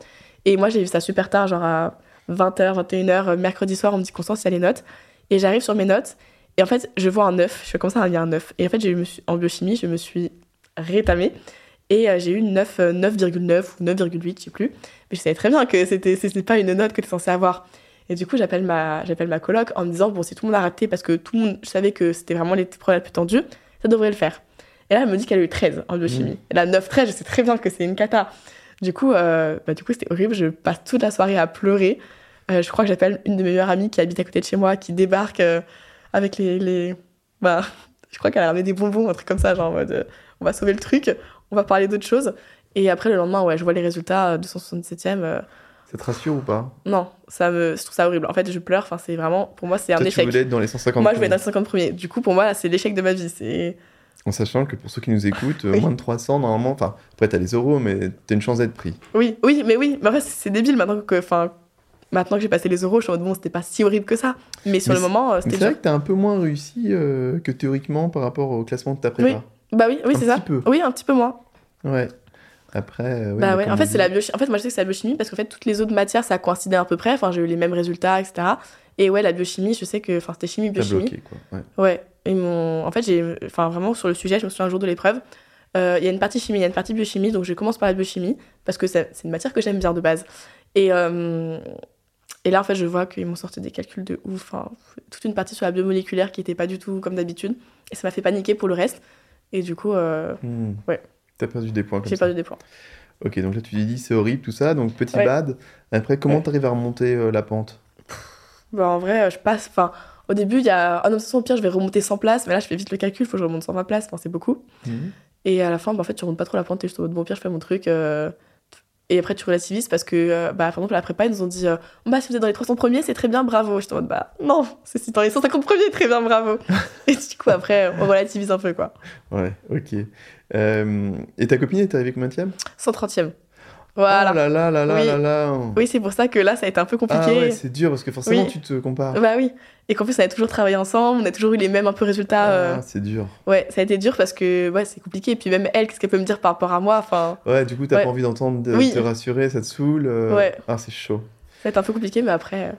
Speaker 2: Et moi, j'ai vu ça super tard, genre à 20h, 21h, euh, mercredi soir, on me dit Constance, il y a les notes. Et j'arrive sur mes notes, et en fait, je vois un 9. Je fais comme ça, il y a un 9. Et en fait, je me suis... en biochimie, je me suis rétamée. Et euh, j'ai eu 9, euh, 9,9 ou 9,8, je sais plus. Mais je savais très bien que c'était, c'était pas une note que tu es censé avoir. Et du coup, j'appelle ma, j'appelle ma coloc en me disant, bon, si tout le monde a raté, parce que tout le monde, je savais que c'était vraiment l'épreuve la plus tendue, ça devrait le faire. Et là, elle me dit qu'elle a eu 13 en biochimie. Elle a 9, 13, je sais très bien que c'est une cata. Du coup, euh, bah, du coup, c'était horrible. Je passe toute la soirée à pleurer. Euh, je crois que j'appelle une de mes meilleures amies qui habite à côté de chez moi, qui débarque euh, avec les, les- Bah, je crois qu'elle a ramené des bonbons, un truc comme ça, genre en mode, euh, on va sauver le truc, on va parler d'autre chose. Et après, le lendemain, ouais, je vois les résultats, euh, 267e. euh,
Speaker 1: Ça te rassure ou pas
Speaker 2: non, ça me, je trouve ça horrible. En fait, je pleure. Enfin, c'est vraiment, pour moi, c'est un
Speaker 1: Toi, tu
Speaker 2: échec.
Speaker 1: voulais être dans les 150
Speaker 2: Moi, je vais être dans
Speaker 1: premiers.
Speaker 2: les 50 premiers. Du coup, pour moi, c'est l'échec de ma vie. C'est
Speaker 1: En sachant que pour ceux qui nous écoutent, euh,
Speaker 2: Oui.
Speaker 1: moins de 300, normalement, enfin, après, t'as les euros, mais t'as une chance d'être pris.
Speaker 2: oui, oui, mais oui. Mais en fait, c'est débile maintenant que, enfin, maintenant que j'ai passé les euros, je suis en mode bon, c'était pas si horrible que ça. Mais sur
Speaker 1: Mais
Speaker 2: le moment, euh,
Speaker 1: Mais
Speaker 2: c'était
Speaker 1: c'est vrai
Speaker 2: dur.
Speaker 1: que t'as un peu moins réussi euh, que théoriquement par rapport au classement de ta prépa.
Speaker 2: Bah oui, oui,
Speaker 1: Un
Speaker 2: c'est ça.
Speaker 1: petit peu.
Speaker 2: Oui, un petit peu moins.
Speaker 1: Ouais. Après, euh, ouais,
Speaker 2: Bah
Speaker 1: mais
Speaker 2: ouais,
Speaker 1: comme
Speaker 2: en
Speaker 1: on
Speaker 2: fait,
Speaker 1: dit-
Speaker 2: c'est la biochimie. En fait, moi, je sais que c'est la biochimie parce qu'en fait, toutes les autres matières, ça coïncidait à peu près. Enfin, j'ai eu les mêmes résultats, etc. Et ouais, la biochimie, je sais que. Enfin, c'était chimie,
Speaker 1: T'as
Speaker 2: biochimie.
Speaker 1: bloqué, quoi. Ouais.
Speaker 2: Ouais. Ils m'ont- En fait, j'ai. Enfin, vraiment, sur le sujet, je me souviens un jour de l'épreuve. euh, Il y a une partie chimie, il y a une partie biochimie. Donc, je commence par la biochimie parce que ça- c'est une matière que j'aime bien de base. Et. euh, Et là, en fait, je vois qu'ils m'ont sorti des calculs de ouf. Enfin, toute une partie sur la biomoléculaire qui n'était pas du tout comme d'habitude. Et ça m'a fait paniquer pour le reste. Et du coup, euh,
Speaker 1: Hmm.
Speaker 2: Ouais.
Speaker 1: T'as perdu des points comme
Speaker 2: j'ai
Speaker 1: ça.
Speaker 2: perdu des points.
Speaker 1: Ok, donc là, tu t'es dit, c'est horrible, tout ça. Donc, petit
Speaker 2: Ouais.
Speaker 1: bad. Après, comment
Speaker 2: Ouais.
Speaker 1: t'arrives à remonter euh, la pente
Speaker 2: Bah en vrai, euh, je passe. Enfin, au début, il y a. Ah non, de toute façon, au pire, je vais remonter 100 places, mais là, je fais vite le calcul, faut que je remonte 120 places, enfin, c'est beaucoup. Et à la fin, bah, en fait, tu remontes pas trop la pente, t'es juste en mode, bon, au pire, je fais mon truc. euh, Et après, tu relativises parce que, euh, bah, par exemple, à la prépa, ils nous ont dit, euh, bah, si vous êtes dans les 300 premiers, c'est très bien, bravo. J'étais en mode, bah, non, c'est si dans les 150 premiers, très bien, bravo. Et du coup, après, on relativise un peu, quoi.
Speaker 1: Ouais, ok. Euh, et ta copine est arrivée combienième
Speaker 2: 130e. Voilà.
Speaker 1: Oh là là là là
Speaker 2: Oui.
Speaker 1: là là
Speaker 2: oui, c'est pour ça que là, ça a été un peu
Speaker 1: Ah
Speaker 2: compliqué.
Speaker 1: ouais, c'est dur parce que forcément,
Speaker 2: Oui.
Speaker 1: tu te compares.
Speaker 2: bah oui. Et qu'en plus, on a toujours travaillé ensemble, on a toujours eu les mêmes un peu résultats. euh,
Speaker 1: Ah, c'est dur.
Speaker 2: Ouais, ça a été dur parce que ouais, c'est compliqué. Et puis même elle, qu'est-ce qu'elle peut me dire par rapport à moi Enfin,
Speaker 1: Ouais, du coup, t'as
Speaker 2: Ouais.
Speaker 1: pas envie d'entendre, de
Speaker 2: Oui.
Speaker 1: te rassurer, ça te saoule. euh,
Speaker 2: Ouais.
Speaker 1: Ah, c'est chaud.
Speaker 2: ça a été un peu compliqué, mais après, euh,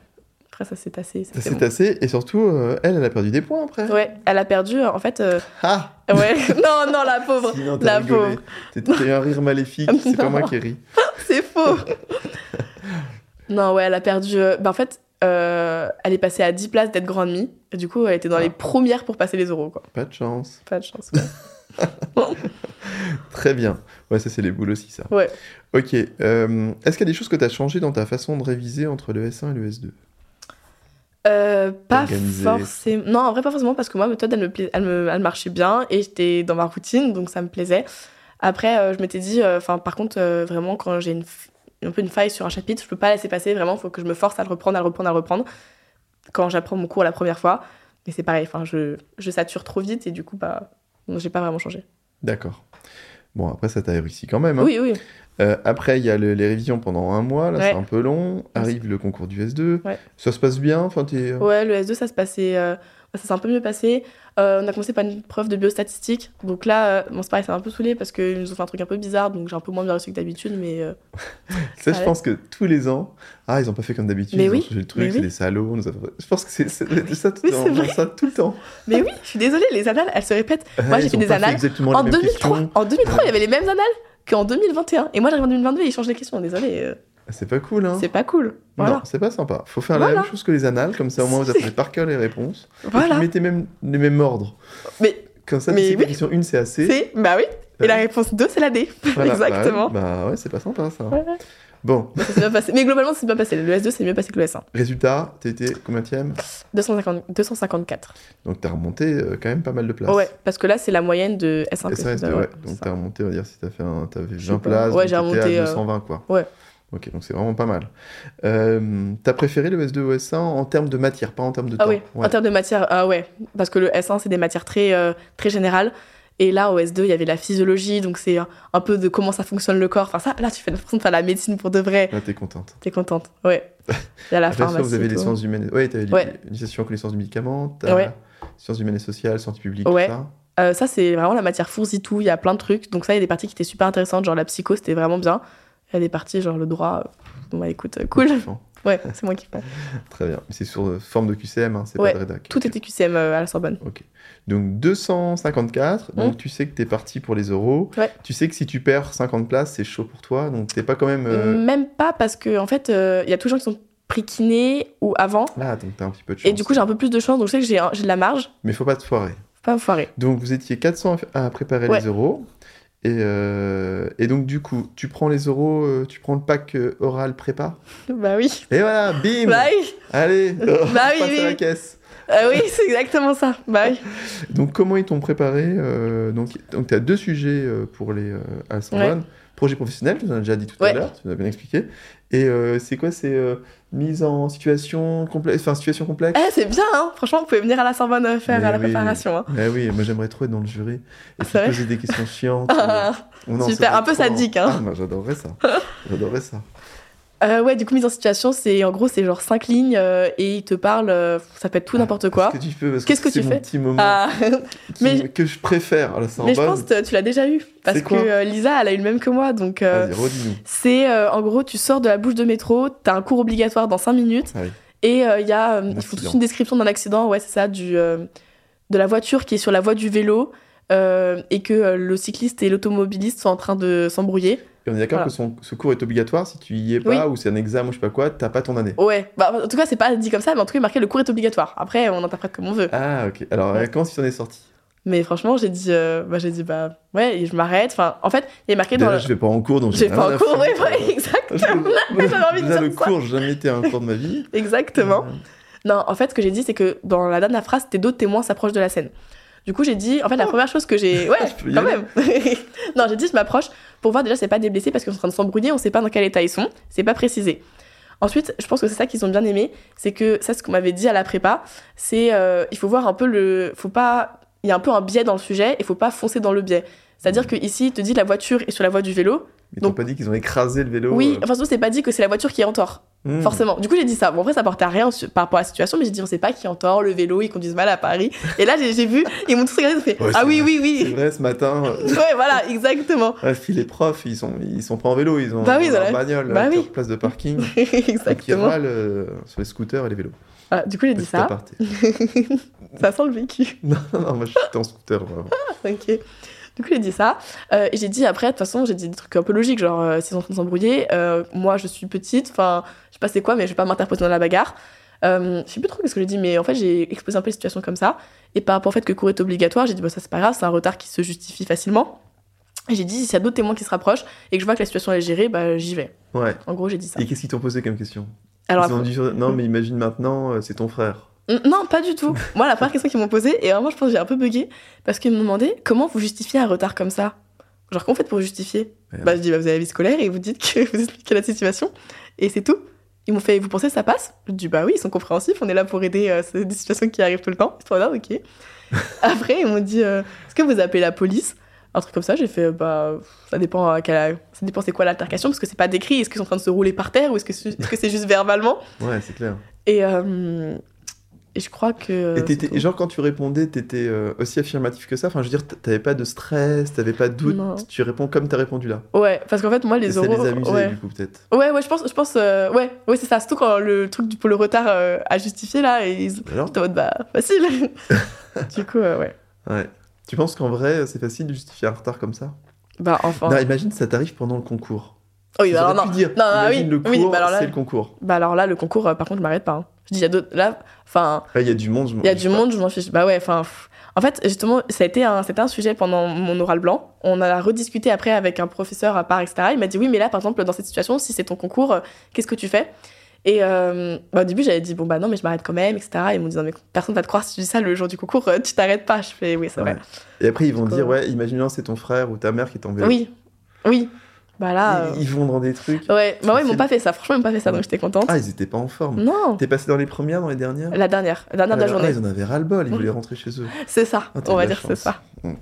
Speaker 2: après ça s'est tassé.
Speaker 1: Ça
Speaker 2: c'était
Speaker 1: s'est
Speaker 2: bon.
Speaker 1: tassé et surtout, euh, elle, elle a perdu des points après.
Speaker 2: Ouais, elle a perdu, euh, en fait. euh,
Speaker 1: Ah
Speaker 2: Ouais, non, non, la pauvre.
Speaker 1: Sinon,
Speaker 2: la
Speaker 1: t'as rigolé.
Speaker 2: pauvre.
Speaker 1: T'es- T'as eu un rire maléfique, c'est pas
Speaker 2: Non.
Speaker 1: moi qui ris.
Speaker 2: C'est faux. non, ouais, elle a perdu. euh, Bah, en fait, euh, elle est passée à 10 places d'être grande mie. Et Du coup, elle était dans les
Speaker 1: Ah.
Speaker 2: premières pour passer les euros, quoi.
Speaker 1: Pas de chance.
Speaker 2: Pas de chance. ouais.
Speaker 1: Très bien. Ouais, ça, c'est les boules aussi, ça.
Speaker 2: Ouais.
Speaker 1: Ok. euh, Est-ce qu'il y a des choses que t'as changé dans ta façon de réviser entre le S1 et le S2
Speaker 2: Euh, pas
Speaker 1: Organisé.
Speaker 2: forcément. Non, en vrai, pas forcément, parce que moi, méthode, elle me, pla- elle me- elle marchait bien et j'étais dans ma routine, donc ça me plaisait. Après, euh, je m'étais dit, enfin, par contre, euh, vraiment, quand j'ai une f- un peu une faille sur un chapitre, je peux pas laisser passer, vraiment, faut que je me force à le reprendre, à le reprendre, à le reprendre. Quand j'apprends mon cours la première fois, mais c'est pareil, enfin, je, je sature trop vite et du coup, bah, non, j'ai pas vraiment changé.
Speaker 1: D'accord. Bon, après, ça t'a réussi quand même. hein.
Speaker 2: Oui, oui,
Speaker 1: Euh, après, il y a le- les révisions pendant un mois, là,
Speaker 2: Ouais.
Speaker 1: c'est un peu long. Arrive le concours du S2.
Speaker 2: Ouais.
Speaker 1: Ça se passe bien enfin, t'es- euh,
Speaker 2: Ouais, le S2, ça se passait. euh, ça s'est un peu mieux passé. Euh, on a commencé par une preuve de biostatistique. Donc là, euh, bon, c'est pareil, ça m'a un peu saoulé parce qu'ils nous ont fait un truc un peu bizarre. Donc j'ai un peu moins bien reçu que d'habitude. Mais euh,
Speaker 1: Ça, je
Speaker 2: Ouais.
Speaker 1: pense que tous les ans, ah, ils ont pas fait comme d'habitude,
Speaker 2: Mais
Speaker 1: ils ont
Speaker 2: oui,
Speaker 1: changé le truc,
Speaker 2: mais
Speaker 1: c'est
Speaker 2: oui.
Speaker 1: des salauds. on nous a fait- Je pense que c'est c'est- ça, tout
Speaker 2: Mais
Speaker 1: le
Speaker 2: c'est
Speaker 1: temps, on
Speaker 2: vrai.
Speaker 1: entend ça tout le temps.
Speaker 2: mais oui, je suis désolée, les annales, elles se répètent. Moi,
Speaker 1: Eh,
Speaker 2: j'ai
Speaker 1: ils
Speaker 2: fait
Speaker 1: ont
Speaker 2: des
Speaker 1: pas fait
Speaker 2: annales
Speaker 1: exactement
Speaker 2: En
Speaker 1: les mêmes
Speaker 2: 2003,
Speaker 1: questions.
Speaker 2: en 2003, il y avait les mêmes annales qu'en 2021. Et moi, j'arrive en 2022 et ils changent les questions. Désolée, euh,
Speaker 1: C'est pas cool, hein
Speaker 2: c'est pas cool.
Speaker 1: Non,
Speaker 2: Voilà.
Speaker 1: c'est pas sympa. Faut faire la
Speaker 2: Voilà.
Speaker 1: même chose que les annales, comme ça au moins vous
Speaker 2: C'est-
Speaker 1: apprenez par cœur les réponses. Et puis
Speaker 2: Voilà.
Speaker 1: mettez même les mêmes ordres.
Speaker 2: Mais
Speaker 1: Comme ça, tu
Speaker 2: Mais
Speaker 1: sais que la
Speaker 2: oui.
Speaker 1: question 1 c'est assez.
Speaker 2: c'est. Bah oui. Et la réponse 2, c'est la D. Exactement.
Speaker 1: Euh. Bah, bah ouais, c'est pas sympa ça.
Speaker 2: Ouais, ouais.
Speaker 1: Bon,
Speaker 2: Ça s'est bien passé. Mais globalement, c'est bien passé. Le S2, c'est mieux passé que le S1.
Speaker 1: résultat, t'étais combien
Speaker 2: 250 254.
Speaker 1: Donc t'as remonté euh, quand même pas mal de places.
Speaker 2: Ouais, parce que là, c'est la moyenne de S1
Speaker 1: SRS,
Speaker 2: plus
Speaker 1: ouais.
Speaker 2: ouais,
Speaker 1: Donc
Speaker 2: ça.
Speaker 1: t'as remonté, on va dire, si t'as fait un... t'avais
Speaker 2: Je sais
Speaker 1: 20
Speaker 2: pas.
Speaker 1: places,
Speaker 2: Ouais,
Speaker 1: donc
Speaker 2: j'ai
Speaker 1: t'étais
Speaker 2: remonté,
Speaker 1: à
Speaker 2: euh,
Speaker 1: 220 quoi.
Speaker 2: ouais.
Speaker 1: Ok, donc c'est vraiment pas mal. Euh, t'as préféré le S2 ou S1 en termes de matière, pas en termes de
Speaker 2: Ah
Speaker 1: temps.
Speaker 2: oui,
Speaker 1: Ouais.
Speaker 2: en termes de matière, ah ouais, parce que le S1, c'est des matières très, euh, très générales. Et là, au S2, il y avait la physiologie, donc c'est un, un peu de comment ça fonctionne le corps. Enfin, ça, là, tu fais l'impression de faire la médecine pour de vrai.
Speaker 1: Là Ah, t'es contente.
Speaker 2: T'es contente, ouais. Il y a la
Speaker 1: Après, ça,
Speaker 2: pharmacie.
Speaker 1: vous avez
Speaker 2: et
Speaker 1: les
Speaker 2: tout.
Speaker 1: sciences humaines. Ouais, t'avais les-
Speaker 2: Ouais.
Speaker 1: l'initiation en connaissance du médicament, t'as
Speaker 2: Ouais.
Speaker 1: sciences humaines et sociales, sciences publiques,
Speaker 2: Ouais.
Speaker 1: tout ça.
Speaker 2: Euh, ça, c'est vraiment la matière fourzitou. Il y a plein de trucs. Donc, ça, il y a des parties qui étaient super intéressantes, genre la psycho, c'était vraiment bien. Il y a des parties, genre le droit. euh, Bon, bah écoute, euh, cool.
Speaker 1: Kiffant.
Speaker 2: Ouais, c'est moi qui fais.
Speaker 1: Très bien. Mais C'est sur euh, forme de QCM, hein, c'est
Speaker 2: Ouais,
Speaker 1: pas de rédac.
Speaker 2: Tout était QCM euh, à la Sorbonne.
Speaker 1: Donc 254, donc tu sais que t'es parti pour les euros.
Speaker 2: Mmh. Ouais.
Speaker 1: Tu sais que si tu perds 50 places, c'est chaud pour toi, donc t'es pas quand même... euh,
Speaker 2: Même pas parce que en fait, euh, il y a toujours qui sont pris kiné ou avant.
Speaker 1: Ah, donc t'as un petit peu de chance.
Speaker 2: Mmh. Et du coup, j'ai un peu plus de chance, donc je sais que j'ai un- j'ai de la marge.
Speaker 1: Mais faut pas te foirer.
Speaker 2: Faut pas me foirer.
Speaker 1: Donc vous étiez 400 à fa- à préparer
Speaker 2: Ouais.
Speaker 1: les euros. Et, euh, et donc du coup, tu prends les euros, euh, tu prends le pack euh, oral prépa.
Speaker 2: Bah oui.
Speaker 1: Et voilà, bim
Speaker 2: Bah oui.
Speaker 1: Allez, on
Speaker 2: Bah oui,
Speaker 1: passe
Speaker 2: oui,
Speaker 1: à la
Speaker 2: oui.
Speaker 1: caisse.
Speaker 2: Ah oui, c'est exactement ça. Bah oui.
Speaker 1: Donc comment ils t'ont préparé euh, Donc, donc tu as deux sujets euh, pour les euh, à la Sorbonne. Projet professionnel, tu nous en as déjà dit tout à
Speaker 2: Ouais.
Speaker 1: l'heure, tu nous as bien expliqué. Et euh, c'est quoi C'est euh, mise en situation complexe, enfin situation complexe
Speaker 2: Eh, c'est bien, hein. Franchement, vous pouvez venir à la Sorbonne euh, faire
Speaker 1: Mais
Speaker 2: à la
Speaker 1: oui.
Speaker 2: préparation. hein.
Speaker 1: Eh oui, moi j'aimerais trop être dans le jury et
Speaker 2: Ah, C'est
Speaker 1: puis
Speaker 2: vrai
Speaker 1: poser des questions chiantes.
Speaker 2: Ah,
Speaker 1: On en
Speaker 2: Super,
Speaker 1: saurait
Speaker 2: un peu
Speaker 1: trop,
Speaker 2: sadique, hein.
Speaker 1: Ah, moi, j'adorerais ça. j'adorerais ça.
Speaker 2: Euh, ouais, du coup, mise en situation, c'est en gros, c'est genre cinq lignes euh, et il te parle, euh, ça peut être tout n'importe quoi.
Speaker 1: Qu'est-ce que tu fais Ah, Parce
Speaker 2: Qu'est-ce que
Speaker 1: c'est
Speaker 2: tu
Speaker 1: mon
Speaker 2: fais
Speaker 1: petit moment
Speaker 2: Ah,
Speaker 1: qui-
Speaker 2: mais-
Speaker 1: que je préfère. Alors, c'est en
Speaker 2: mais je
Speaker 1: base.
Speaker 2: pense que tu l'as déjà eu parce
Speaker 1: C'est quoi
Speaker 2: que euh, Lisa, elle a eu le même que moi, donc euh,
Speaker 1: Vas-y, redis-nous.
Speaker 2: c'est euh, en gros, tu sors de la bouche de métro, t'as un cours obligatoire dans cinq minutes
Speaker 1: Ah oui.
Speaker 2: et euh, il y a,
Speaker 1: Un
Speaker 2: euh, ils font
Speaker 1: accident.
Speaker 2: toute une description d'un accident, ouais, c'est ça, du euh, de la voiture qui est sur la voie du vélo euh, et que euh, le cycliste et l'automobiliste sont en train de s'embrouiller.
Speaker 1: Et on est d'accord
Speaker 2: Voilà.
Speaker 1: que son, ce cours est obligatoire. Si tu y es pas ou c'est un examen ou je sais pas quoi, t'as pas ton année.
Speaker 2: Ouais, bah, en tout cas, c'est pas dit comme ça, mais en tout cas, marqué le cours est obligatoire. Après, on interprète comme on veut.
Speaker 1: Ah, ok. Alors,
Speaker 2: Ouais.
Speaker 1: quand si t'en es sorti
Speaker 2: Mais franchement, j'ai dit, euh, bah, j'ai dit, bah, ouais, et je m'arrête. Enfin, en fait, il est marqué dans.
Speaker 1: Déjà,
Speaker 2: le-
Speaker 1: je vais pas en cours, donc
Speaker 2: J'ai
Speaker 1: rien
Speaker 2: pas
Speaker 1: à
Speaker 2: en cours,
Speaker 1: foutre.
Speaker 2: ouais, ouais, exact.
Speaker 1: J'avais
Speaker 2: envie de
Speaker 1: Déjà,
Speaker 2: dire
Speaker 1: le
Speaker 2: ça.
Speaker 1: cours, j'ai jamais été à un cours de ma vie.
Speaker 2: Exactement.
Speaker 1: Euh,
Speaker 2: Non, en fait, ce que j'ai dit, c'est que dans la dernière phrase, c'était d'autres témoins s'approchent de la scène. Du coup, j'ai dit, en fait, la première chose que j'ai. Ah Ouais,
Speaker 1: Je peux y
Speaker 2: quand
Speaker 1: aller.
Speaker 2: même. non, j'ai dit, je m'approche pour voir déjà, c'est pas des blessés parce qu'ils sont en train de s'embrouiller, on sait pas dans quel état ils sont, c'est pas précisé. Ensuite, je pense que c'est ça qu'ils ont bien aimé, c'est que ça, ce qu'on m'avait dit à la prépa, c'est euh, il faut voir un peu le. Faut pas. Il y a un peu un biais dans le sujet et faut pas foncer dans le biais. C'est-à-dire que ici, il te dit la voiture est sur la voie du vélo.
Speaker 1: Ils t'ont
Speaker 2: Donc-
Speaker 1: pas dit qu'ils ont écrasé le vélo.
Speaker 2: Oui,
Speaker 1: euh,
Speaker 2: enfin, surtout, c'est pas dit que c'est la voiture qui est en tort.
Speaker 1: hmm.
Speaker 2: Forcément. Du coup, j'ai dit ça. Bon, en vrai, ça portait à rien su- par rapport à la situation, mais j'ai dit, on sait pas qui est en tort, le vélo, ils conduisent mal à Paris. Et là, j'ai j'ai vu, ils m'ont tous regardé, ils ont fait,
Speaker 1: Ouais,
Speaker 2: ah
Speaker 1: c'est
Speaker 2: oui,
Speaker 1: vrai.
Speaker 2: oui,
Speaker 1: C'est
Speaker 2: oui.
Speaker 1: vrai, ce matin, euh,
Speaker 2: ouais, voilà, exactement.
Speaker 1: bref, les profs, ils sont, ils sont pas en vélo, ils ont
Speaker 2: Bah oui,
Speaker 1: leur
Speaker 2: voilà.
Speaker 1: bagnole,
Speaker 2: Bah
Speaker 1: leur
Speaker 2: oui.
Speaker 1: place de parking, qui
Speaker 2: exactement.
Speaker 1: râlent euh, sur les scooters et les vélos.
Speaker 2: Voilà, du coup, j'ai dit
Speaker 1: Petit
Speaker 2: ça.
Speaker 1: aparté.
Speaker 2: ça sent le vécu.
Speaker 1: Non, non, moi j'étais en scooter. vraiment.
Speaker 2: ok. Du coup, j'ai dit ça. Euh, et j'ai dit après, de toute façon, j'ai dit des trucs un peu logiques, genre, euh, s'ils sont en train de s'embrouiller, euh, moi, je suis petite, enfin, je sais pas c'est quoi, mais je vais pas m'interposer dans la bagarre. Euh, je sais plus trop ce que j'ai dit, mais en fait, j'ai exposé un peu les situations comme ça. Et par rapport au fait que courir est obligatoire, j'ai dit, bah, ça, c'est pas grave, c'est un retard qui se justifie facilement. Et j'ai dit, s'il y a d'autres témoins qui se rapprochent et que je vois que la situation est gérée, bah, j'y vais.
Speaker 1: Ouais.
Speaker 2: En gros, j'ai dit ça.
Speaker 1: Et qu'est-ce qu'ils t'ont posé comme question
Speaker 2: Alors, hmm.
Speaker 1: Ils ont dit non, mais imagine maintenant, euh, c'est ton frère.
Speaker 2: Mm, Non, pas du tout. Moi, la première question qu'ils m'ont posée, et vraiment, je pense que j'ai un peu bugué, parce qu'ils me demandaient comment vous justifiez un retard comme ça Genre, comment vous faites pour justifier
Speaker 1: Merde.
Speaker 2: Bah, je dis, bah, vous avez la vie scolaire et vous dites que vous expliquez la situation, et c'est tout. Ils m'ont fait, vous pensez que ça passe Je dis, bah oui, ils sont compréhensifs, on est là pour aider euh, c'est des situations qui arrivent tout le temps. Ils sont là, ok. Après, ils m'ont dit, euh, est-ce que vous appelez la police un truc comme ça, j'ai fait, bah, ça dépend, à quelle- ça dépend c'est quoi l'altercation, parce que c'est pas décrit, est-ce qu'ils sont en train de se rouler par terre, ou est-ce que c'est est-ce que c'est juste verbalement
Speaker 1: Ouais, c'est clair.
Speaker 2: et, euh, et je crois que.
Speaker 1: et
Speaker 2: Euh, c'est
Speaker 1: t'étais,
Speaker 2: tout.
Speaker 1: genre, quand tu répondais, t'étais euh, aussi affirmatif que ça Enfin, je veux dire, t- t'avais pas de stress, t'avais pas de doute,
Speaker 2: Non.
Speaker 1: tu réponds comme t'as répondu là.
Speaker 2: Ouais, parce qu'en fait, moi,
Speaker 1: Et
Speaker 2: les
Speaker 1: ça
Speaker 2: oraux.
Speaker 1: les amusait,
Speaker 2: ouais.
Speaker 1: du coup, peut-être.
Speaker 2: ouais, ouais, je pense. Je pense euh, ouais, ouais c'est ça. Surtout quand le truc du, pour le retard euh, à justifier, là, et ils étaient
Speaker 1: Alors
Speaker 2: en mode, bah, facile. du coup, euh, ouais.
Speaker 1: Ouais. Tu penses qu'en vrai, euh, c'est facile de justifier un retard comme ça
Speaker 2: Bah, enfin.
Speaker 1: Non, imagine, ça t'arrive pendant le concours.
Speaker 2: oh, oui,
Speaker 1: Tu
Speaker 2: bah, alors,
Speaker 1: aurais
Speaker 2: non.
Speaker 1: pu dire,
Speaker 2: Non, non,
Speaker 1: imagine
Speaker 2: oui,
Speaker 1: le
Speaker 2: oui,
Speaker 1: cours,
Speaker 2: bah alors là-
Speaker 1: c'est le concours.
Speaker 2: Bah, alors là, le concours, euh, par contre, je m'arrête pas. hein. Je dis, il y a d'autres. Là, enfin,
Speaker 1: Là, il y a du monde. je m'en-
Speaker 2: il y a
Speaker 1: je
Speaker 2: du
Speaker 1: sais
Speaker 2: monde, je m'en fiche. Bah, ouais, enfin. pff. En fait, justement, ça a été un, c'était un sujet pendant mon oral blanc. On en a rediscuté après avec un professeur à part, etc. Il m'a dit, oui, mais là, par exemple, dans cette situation, si c'est ton concours, euh, qu'est-ce que tu fais Et euh, bah, au début, j'avais dit, bon, bah non, mais je m'arrête quand même, etc. Ils m'ont dit, non, mais personne va te croire si tu dis ça le jour du concours, euh, tu t'arrêtes pas. Je fais, oui, c'est
Speaker 1: Ouais.
Speaker 2: vrai.
Speaker 1: pas. Et après, ils vont
Speaker 2: Parce que-
Speaker 1: dire, ouais, imaginons, c'est ton frère ou ta mère qui est en vélo.
Speaker 2: Oui, oui. Bah là.
Speaker 1: Ils, ils vont dans des trucs.
Speaker 2: euh, Ouais, bah ouais, ils m'ont
Speaker 1: Facile.
Speaker 2: pas fait ça. Franchement, ils m'ont pas fait ça, donc j'étais contente.
Speaker 1: Ah, ils étaient pas en forme.
Speaker 2: non,
Speaker 1: T'es passé dans les premières, dans les dernières
Speaker 2: Mm. la dernière, la dernière de la
Speaker 1: Ah,
Speaker 2: journée.
Speaker 1: ils en avaient ras-le-bol, ils
Speaker 2: Mm.
Speaker 1: voulaient rentrer chez eux.
Speaker 2: C'est ça,
Speaker 1: Ah, t'as
Speaker 2: on
Speaker 1: de
Speaker 2: va
Speaker 1: la
Speaker 2: dire, c'est
Speaker 1: chance.
Speaker 2: ça.
Speaker 1: Ok.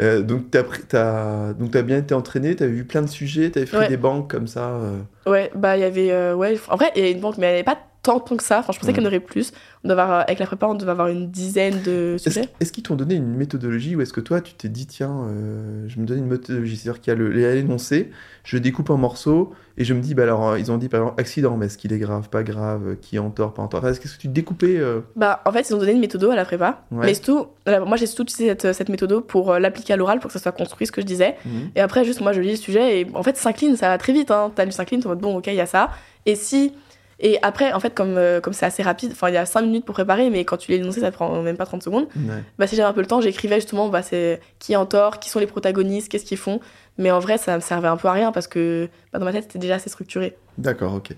Speaker 1: Euh, donc, t'as pris- t'as- donc, t'as bien été entraîné, t'as vu plein de sujets, t'avais fait
Speaker 2: Ouais.
Speaker 1: des banques comme ça. euh.
Speaker 2: Ouais, bah il y avait. euh, ouais, en vrai, il y avait une banque, mais elle n'avait pas tant, tant que ça. Enfin, je pensais
Speaker 1: Ouais.
Speaker 2: qu'il y en aurait plus. On devait avoir, avec la prépa, on devait avoir une dizaine de
Speaker 1: Est-ce
Speaker 2: sujets.
Speaker 1: est-ce qu'ils t'ont donné une méthodologie ou est-ce que toi, tu t'es dit, tiens, euh, je me donne une méthodologie C'est-à-dire qu'il y a le- il y a l'énoncé, je découpe en morceaux et je me dis, bah alors, euh, ils ont dit par exemple accident, mais est-ce qu'il est grave, pas grave, euh, qui est en tort, pas en tort Enfin, Est-ce que tu découpais euh,
Speaker 2: Bah, en fait, ils ont donné une méthodo à la prépa.
Speaker 1: Ouais.
Speaker 2: Mais surtout, la- moi, j'ai surtout utilisé cette, cette méthodo pour euh, l'appliquer à l'oral, pour que ça soit construit, ce que je disais.
Speaker 1: Mhm.
Speaker 2: Et après, juste, moi, je lis le sujet. Et en fait, cinq lignes, ça va très vite. Hein. T'as lu cinq lignes, t'es en mode, bon, ok, il y a ça. Et si. Et après, en fait, comme euh, comme c'est assez rapide, enfin, il y a cinq minutes pour préparer, mais quand tu l'as énoncé, ça prend même pas 30 secondes.
Speaker 1: Ouais.
Speaker 2: bah, si j'avais un peu le temps, j'écrivais justement bah, c'est qui est en tort, qui sont les protagonistes, qu'est-ce qu'ils font. Mais en vrai, ça me servait un peu à rien parce que bah, dans ma tête, c'était déjà assez structuré.
Speaker 1: D'accord, ok.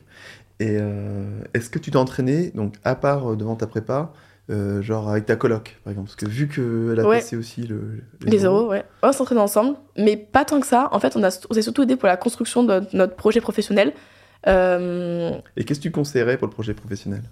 Speaker 1: Et euh, est-ce que tu t'es entraîné, donc à part euh, devant ta prépa, euh, genre avec ta coloc, par exemple Parce que vu qu'elle a
Speaker 2: Ouais.
Speaker 1: passé aussi le,
Speaker 2: Les euros, ouais. On s'entraînait ensemble, mais pas tant que ça. En fait, on, a, on s'est surtout aidé pour la construction de notre projet professionnel. Euh,
Speaker 1: Et qu'est-ce que tu conseillerais pour le projet professionnel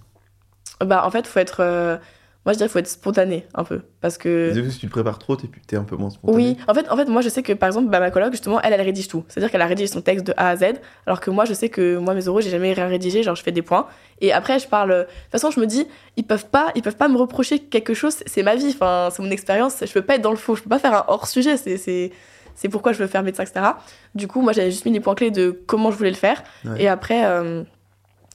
Speaker 2: bah, en fait, faut être. euh, Moi, je dirais qu'il faut être spontané un peu. Parce que.
Speaker 1: Des fois, si tu te prépares trop, t'es, t'es un peu moins spontané.
Speaker 2: Euh. Oui, en fait, en fait, moi je sais que par exemple, bah, ma coloc, justement, elle, elle rédige tout. C'est-à-dire qu'elle a rédigé son texte de A à Z, alors que moi je sais que moi, mes oraux, j'ai jamais rien rédigé, genre je fais des points. Et après, je parle. euh, De toute façon, je me dis, ils peuvent pas, ils peuvent pas me reprocher quelque chose, c'est ma vie, enfin, c'est mon expérience, je peux pas être dans le faux, je peux pas faire un hors sujet, c'est. c'est... c'est pourquoi je veux faire médecin, etc. Du coup, moi, j'avais juste mis les points clés de comment je voulais le faire.
Speaker 1: Ouais.
Speaker 2: Et après, euh,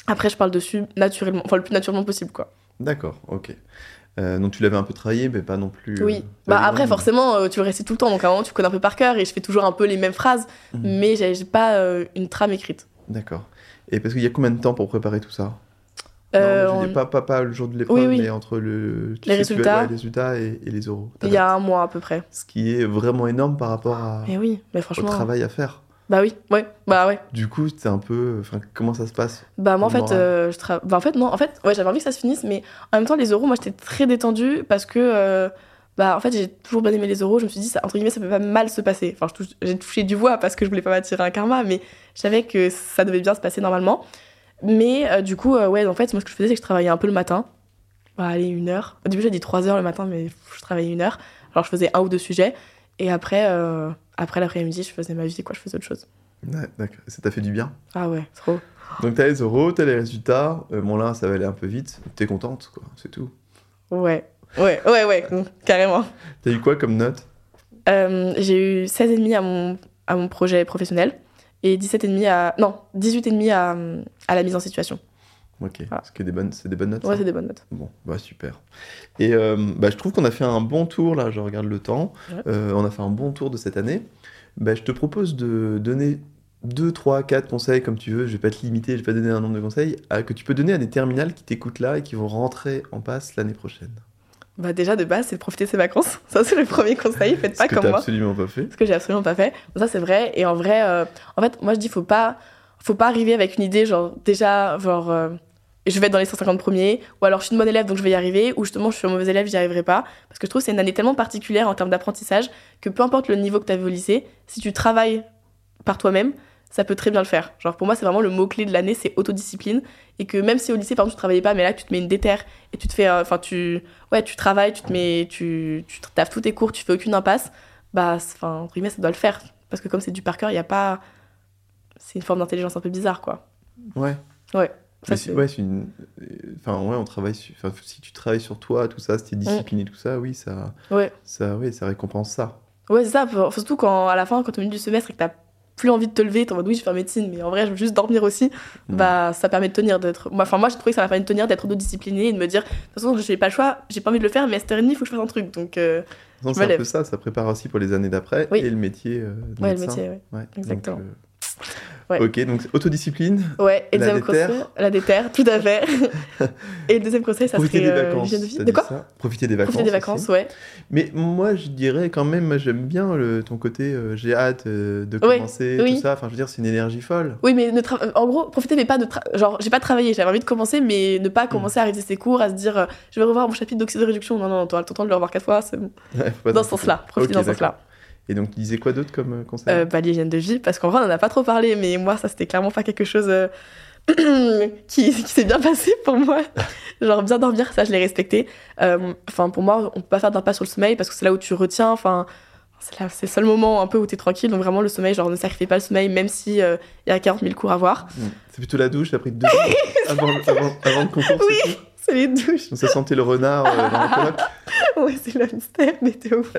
Speaker 2: après, je parle dessus naturellement, enfin, le plus naturellement possible, quoi.
Speaker 1: D'accord, ok. Euh, donc tu l'avais un peu travaillé, mais pas non plus. euh,
Speaker 2: Oui.
Speaker 1: pas
Speaker 2: Bah après
Speaker 1: énorme.
Speaker 2: forcément euh, tu le récites tout le temps donc à un moment tu connais un peu par cœur et je fais toujours un peu les mêmes phrases
Speaker 1: Mhm.
Speaker 2: mais j'ai j'ai pas euh, une trame écrite.
Speaker 1: D'accord. Et parce qu'il y a combien de temps pour préparer tout ça
Speaker 2: Euh,
Speaker 1: non, je
Speaker 2: on-
Speaker 1: dis pas, pas, pas le jour de l'épreuve,
Speaker 2: Oui, oui.
Speaker 1: mais entre le, tu
Speaker 2: Les
Speaker 1: sais que tu as- ouais,
Speaker 2: résultats.
Speaker 1: les résultats et, et les oraux. T'as
Speaker 2: Il y a un mois à peu près.
Speaker 1: Ce qui est vraiment énorme par rapport à,
Speaker 2: Mais oui, mais
Speaker 1: au
Speaker 2: franchement.
Speaker 1: travail à faire.
Speaker 2: Bah oui, ouais, bah ouais.
Speaker 1: Du coup, c'est un peu. Enfin, comment ça se passe
Speaker 2: Bah moi en
Speaker 1: Le
Speaker 2: fait,
Speaker 1: moral.
Speaker 2: euh, je tra- bah, en fait non, en fait ouais j'avais envie que ça se finisse mais en même temps les oraux moi j'étais très détendue parce que euh, bah en fait j'ai toujours bien aimé les oraux, je me suis dit ça entre guillemets ça peut pas mal se passer. Enfin je touche- j'ai touché du bois parce que je voulais pas m'attirer un karma mais je savais que ça devait bien se passer normalement. Mais euh, du coup euh, ouais en fait moi ce que je faisais c'est que je travaillais un peu le matin. Bah allez une heure. Au début j'ai dit trois heures le matin mais pff, je travaillais une heure. Alors je faisais un ou deux sujets et après euh, après l'après-midi je faisais ma vie quoi, je faisais autre chose.
Speaker 1: Ouais, D'accord. Ça t'a fait du bien.
Speaker 2: Ah ouais, trop.
Speaker 1: Donc t'as les oraux, t'as les résultats. Euh, bon là, ça va aller un peu vite. T'es contente, quoi. C'est tout.
Speaker 2: Ouais. Ouais, ouais, ouais, carrément.
Speaker 1: T'as eu quoi comme note
Speaker 2: Euh, j'ai eu 16,5 à mon, à mon projet professionnel et 17,5 à. Non, 18,5 à, à la mise en situation.
Speaker 1: Ok.
Speaker 2: Ah.
Speaker 1: Parce que des bonnes, c'est des bonnes notes.
Speaker 2: Ouais,
Speaker 1: ça
Speaker 2: c'est des bonnes notes.
Speaker 1: Bon, bah super. Et euh, bah, je trouve qu'on a fait un bon tour, là, je regarde le temps.
Speaker 2: Ouais.
Speaker 1: Euh, on a fait un bon tour de cette année. Bah, je te propose de donner 2, 3, 4 conseils comme tu veux. Je vais pas te limiter, je vais pas donner un nombre de conseils à- que tu peux donner à des terminales qui t'écoutent là et qui vont rentrer en passe l'année prochaine.
Speaker 2: Bah, déjà, de base, c'est de profiter de ses vacances. Ça, c'est le premier conseil. Faites
Speaker 1: Ce
Speaker 2: pas
Speaker 1: que
Speaker 2: comme
Speaker 1: t'as
Speaker 2: moi.
Speaker 1: absolument pas fait.
Speaker 2: Ce que j'ai absolument pas fait. Ça, c'est vrai. Et en vrai, euh, en fait, moi, je dis, faut pas, faut pas arriver avec une idée, genre, déjà, genre, euh, je vais être dans les 150 premiers, ou alors je suis une bonne élève, donc je vais y arriver, ou justement, je suis un mauvais élève, j'y arriverai pas. Parce que je trouve que c'est une année tellement particulière en termes d'apprentissage que peu importe le niveau que tu avais au lycée, si tu travailles par toi-même, ça peut très bien le faire. Genre, pour moi, c'est vraiment le mot-clé de l'année, c'est autodiscipline. Et que même si au lycée, par exemple, tu travaillais pas, mais là, tu te mets une déterre et tu te fais. euh, Enfin, tu. Ouais, tu travailles, tu te mets. Tu, tu taffes tous tes cours, tu fais aucune impasse bah, c'est- enfin, entre guillemets, ça doit le faire. Parce que comme c'est du par cœur, il n'y a pas. C'est une forme d'intelligence un peu bizarre, quoi.
Speaker 1: Ouais.
Speaker 2: Ouais, ça,
Speaker 1: Mais si-
Speaker 2: c'est-
Speaker 1: ouais, c'est une... euh, Enfin, ouais, on travaille sur... enfin, si tu travailles sur toi, tout ça, si t'es discipliné, tout ça, oui, ça...
Speaker 2: Ouais.
Speaker 1: Ça, oui, ça récompense ça.
Speaker 2: Ouais, c'est ça. faut- Surtout quand, à la fin, quand au milieu du semestre et que t'as plus envie de te lever, t'es en mode oui, je vais faire médecine, mais en vrai, je veux juste dormir aussi,
Speaker 1: Mm.
Speaker 2: bah, ça permet de tenir, d'être. moi- Enfin, moi, j'ai trouvé que ça m'a permis de tenir, d'être autodisciplinée et de me dire, de toute façon, je n'ai pas le choix, j'ai pas envie de le faire, mais à cette heure et demie, il faut que je fasse un truc. Donc, euh,
Speaker 1: Non,
Speaker 2: Je
Speaker 1: c'est
Speaker 2: me
Speaker 1: un peu
Speaker 2: lève.
Speaker 1: ça, ça prépare aussi pour les années d'après
Speaker 2: Oui.
Speaker 1: et le métier euh, de
Speaker 2: ouais, le
Speaker 1: médecin.
Speaker 2: métier, ouais.
Speaker 1: Ouais, donc,
Speaker 2: Exactement.
Speaker 1: euh,
Speaker 2: Ouais.
Speaker 1: Ok, donc autodiscipline,
Speaker 2: Ouais, et
Speaker 1: La
Speaker 2: deuxième
Speaker 1: déterre.
Speaker 2: conseil, la déterre, tout à fait. et le deuxième conseil, ça
Speaker 1: profiter
Speaker 2: serait
Speaker 1: des
Speaker 2: euh,
Speaker 1: vacances.
Speaker 2: l'hygiène de vie.
Speaker 1: t'as
Speaker 2: De
Speaker 1: dit
Speaker 2: quoi
Speaker 1: ça Profiter des vacances.
Speaker 2: Profiter des
Speaker 1: aussi.
Speaker 2: vacances, ouais.
Speaker 1: Mais moi, je dirais quand même, moi, j'aime bien le, ton côté, euh, j'ai hâte euh, de
Speaker 2: Ouais,
Speaker 1: commencer,
Speaker 2: oui.
Speaker 1: tout ça. Enfin, je veux dire, c'est une énergie folle.
Speaker 2: Oui, mais ne tra- en gros, profitez, mais pas de. tra- Genre, j'ai pas travaillé, j'avais envie de commencer, mais ne
Speaker 1: Mm.
Speaker 2: pas commencer à arrêter ses cours, à se dire, euh, je vais revoir mon chapitre d'oxydoréduction. Non, non, non, t'auras le temps de le revoir quatre fois. c'est bon.
Speaker 1: Ouais, faut pas
Speaker 2: Dans
Speaker 1: s'en
Speaker 2: ce sens-là,
Speaker 1: foutre.
Speaker 2: profitez
Speaker 1: Ok,
Speaker 2: dans ce
Speaker 1: d'accord.
Speaker 2: sens-là.
Speaker 1: Et donc, tu disais quoi d'autre comme euh, conseil
Speaker 2: Euh, bah, l'hygiène de vie, parce qu'en vrai, on en a pas trop parlé, mais moi, ça, c'était clairement pas quelque chose euh, qui, qui s'est bien passé pour moi. Genre, bien dormir, ça, je l'ai respecté. Euh, Enfin, pour moi, on peut pas faire d'impasse sur le sommeil, parce que c'est là où tu retiens, enfin. C'est là- c'est le seul moment un peu où t'es tranquille, donc vraiment le sommeil, genre ne sacrifie pas le sommeil, même si euh, il y a 40 000 cours à voir.
Speaker 1: Hmm. C'est plutôt la douche, t'as pris deux minutes avant, le- avant, avant le concours. c'est
Speaker 2: Oui.
Speaker 1: tout
Speaker 2: C'est les douches.
Speaker 1: Donc, ça sentait le renard euh, dans la coloc.
Speaker 2: Ouais, c'est le hamster, mais t'es ouf.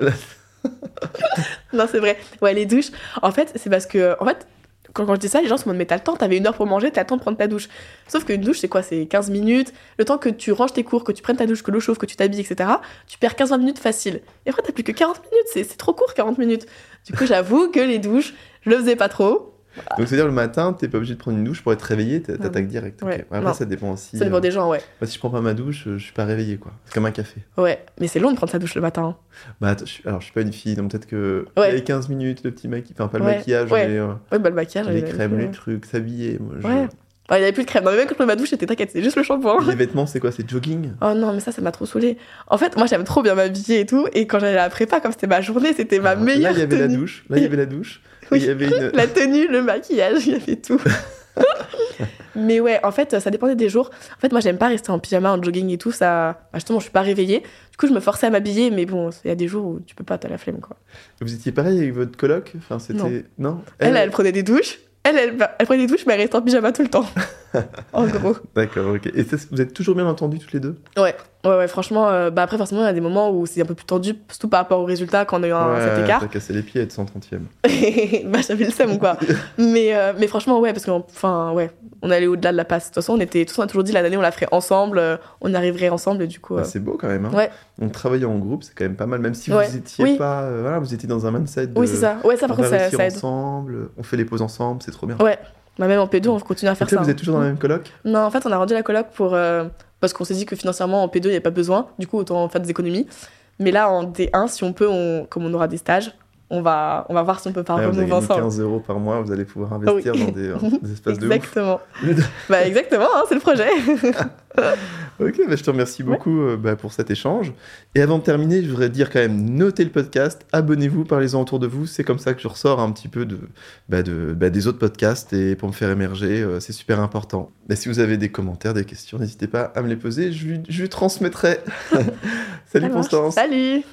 Speaker 2: non, c'est vrai. Ouais, les douches. En fait, c'est parce que, en fait, quand, quand je dis ça, les gens se demandent, mais t'as le temps, t'avais une heure pour manger, t'as le temps de prendre ta douche. Sauf qu'une douche, c'est quoi C'est 15 minutes. Le temps que tu ranges tes cours, que tu prennes ta douche, que l'eau chauffe, que tu t'habilles, etc. Tu perds 15-20 minutes facile. Et après, t'as plus que 40 minutes. C'est c'est trop court, 40 minutes. Du coup, j'avoue que les douches, je le faisais pas trop.
Speaker 1: Donc, c'est-à-dire, le matin, t'es pas obligé de prendre une douche pour être réveillé, t'a- t'attaques direct. ok.
Speaker 2: Ouais,
Speaker 1: Après,
Speaker 2: non.
Speaker 1: ça dépend aussi.
Speaker 2: Ça dépend
Speaker 1: euh,
Speaker 2: des gens, ouais.
Speaker 1: Bah, si je prends pas ma douche, euh, je suis pas réveillé, quoi. C'est comme un café.
Speaker 2: Ouais. Mais c'est long de prendre sa douche le matin. hein.
Speaker 1: Bah, attends, je suis- alors, je suis pas une fille, donc peut-être que
Speaker 2: Ouais.
Speaker 1: les 15 minutes, le petit maquillage, enfin, pas le
Speaker 2: Ouais,
Speaker 1: maquillage,
Speaker 2: ouais.
Speaker 1: mais euh,
Speaker 2: Ouais, bah le maquillage.
Speaker 1: les
Speaker 2: j'avais-
Speaker 1: crèmes, les trucs, s'habiller. moi, je-
Speaker 2: Ouais. Ah, il y avait plus de crème. Non, mais même quand je prenais ma douche, c'était t'inquiète, c'est juste le shampoing.
Speaker 1: Les vêtements, c'est quoi C'est jogging
Speaker 2: Oh non, mais ça, ça m'a trop saoulée. En fait, moi, j'aime trop bien m'habiller et tout. Et quand j'allais à la prépa, comme c'était ma journée, c'était ma
Speaker 1: Alors,
Speaker 2: meilleure
Speaker 1: Là, il Ah, y avait la
Speaker 2: tenue.
Speaker 1: douche. Là, il y avait la douche. et
Speaker 2: Oui.
Speaker 1: Il y avait une.
Speaker 2: La tenue, le maquillage, il y avait tout. Mais ouais, en fait, ça dépendait des jours. En fait, moi, j'aime pas rester en pyjama, en jogging et tout. Ça, bah, justement, je suis pas réveillée. Du coup, je me forçais à m'habiller, mais bon, il y a des jours où tu peux pas, t'as la flemme, quoi.
Speaker 1: Vous étiez pareil avec votre coloc Enfin, c'était. Non,
Speaker 2: Elle, elle, prenait des douches. Elle, elle, bah, elle prenait des douches, mais elle restait en pyjama tout le temps. en gros.
Speaker 1: D'accord, ok. Et ça, vous êtes toujours bien entendus toutes les deux
Speaker 2: Ouais, ouais, ouais. Franchement, euh, bah après, forcément, il y a des moments où c'est un peu plus tendu, surtout par rapport au résultat quand on a eu un, cet écart.
Speaker 1: T'as cassé les pieds à être 130 e
Speaker 2: bah, j'avais le seum, quoi. mais, euh, mais franchement, ouais, parce qu'on enfin, ouais, on allait au-delà de la passe. De toute façon, on était tous, on a toujours dit l'année, on la ferait ensemble, euh, on y arriverait ensemble, et du coup. euh,
Speaker 1: C'est beau quand même. Hein.
Speaker 2: Ouais.
Speaker 1: Donc travailler en groupe, c'est quand même pas mal, même si vous
Speaker 2: Ouais.
Speaker 1: étiez
Speaker 2: Oui.
Speaker 1: pas. euh, voilà, vous étiez dans un mindset. De...
Speaker 2: Oui, c'est ça. Ouais, ça, Ah, par
Speaker 1: on
Speaker 2: contre, ça,
Speaker 1: réussit
Speaker 2: ça aide.
Speaker 1: ensemble, on fait les pauses ensemble, c'est trop bien.
Speaker 2: Ouais, Bah, même en P2, on continue à faire
Speaker 1: Donc là,
Speaker 2: ça.
Speaker 1: vous
Speaker 2: hein.
Speaker 1: êtes toujours dans la même coloc
Speaker 2: Non, en fait, on a rendu la coloc pour. euh, parce qu'on s'est dit que financièrement, en P2, il n'y a pas besoin. Du coup, autant faire des économies. Mais là, en D1, si on peut, on, comme on aura des stages, on va, on va voir si on peut faire
Speaker 1: Ouais,
Speaker 2: un
Speaker 1: Ah, Vous avez
Speaker 2: remove
Speaker 1: gagné
Speaker 2: ensemble.
Speaker 1: 15 euros par mois, vous allez pouvoir investir
Speaker 2: Ah oui.
Speaker 1: dans des, euh, des espaces de ouf.
Speaker 2: Exactement. bah, exactement, hein, c'est le projet.
Speaker 1: Ok, bah, je te remercie
Speaker 2: Ouais.
Speaker 1: beaucoup euh, bah, pour cet échange. Et avant de terminer, je voudrais dire quand même, notez le podcast, abonnez-vous, parlez-en autour de vous. C'est comme ça que je ressors un petit peu de, bah, de- bah, des autres podcasts et pour me faire émerger, euh, c'est super important. Et si vous avez des commentaires, des questions, n'hésitez pas à me les poser, je lui, je lui transmettrai. Salut
Speaker 2: Ça marche. Bah,
Speaker 1: Constance.
Speaker 2: Salut.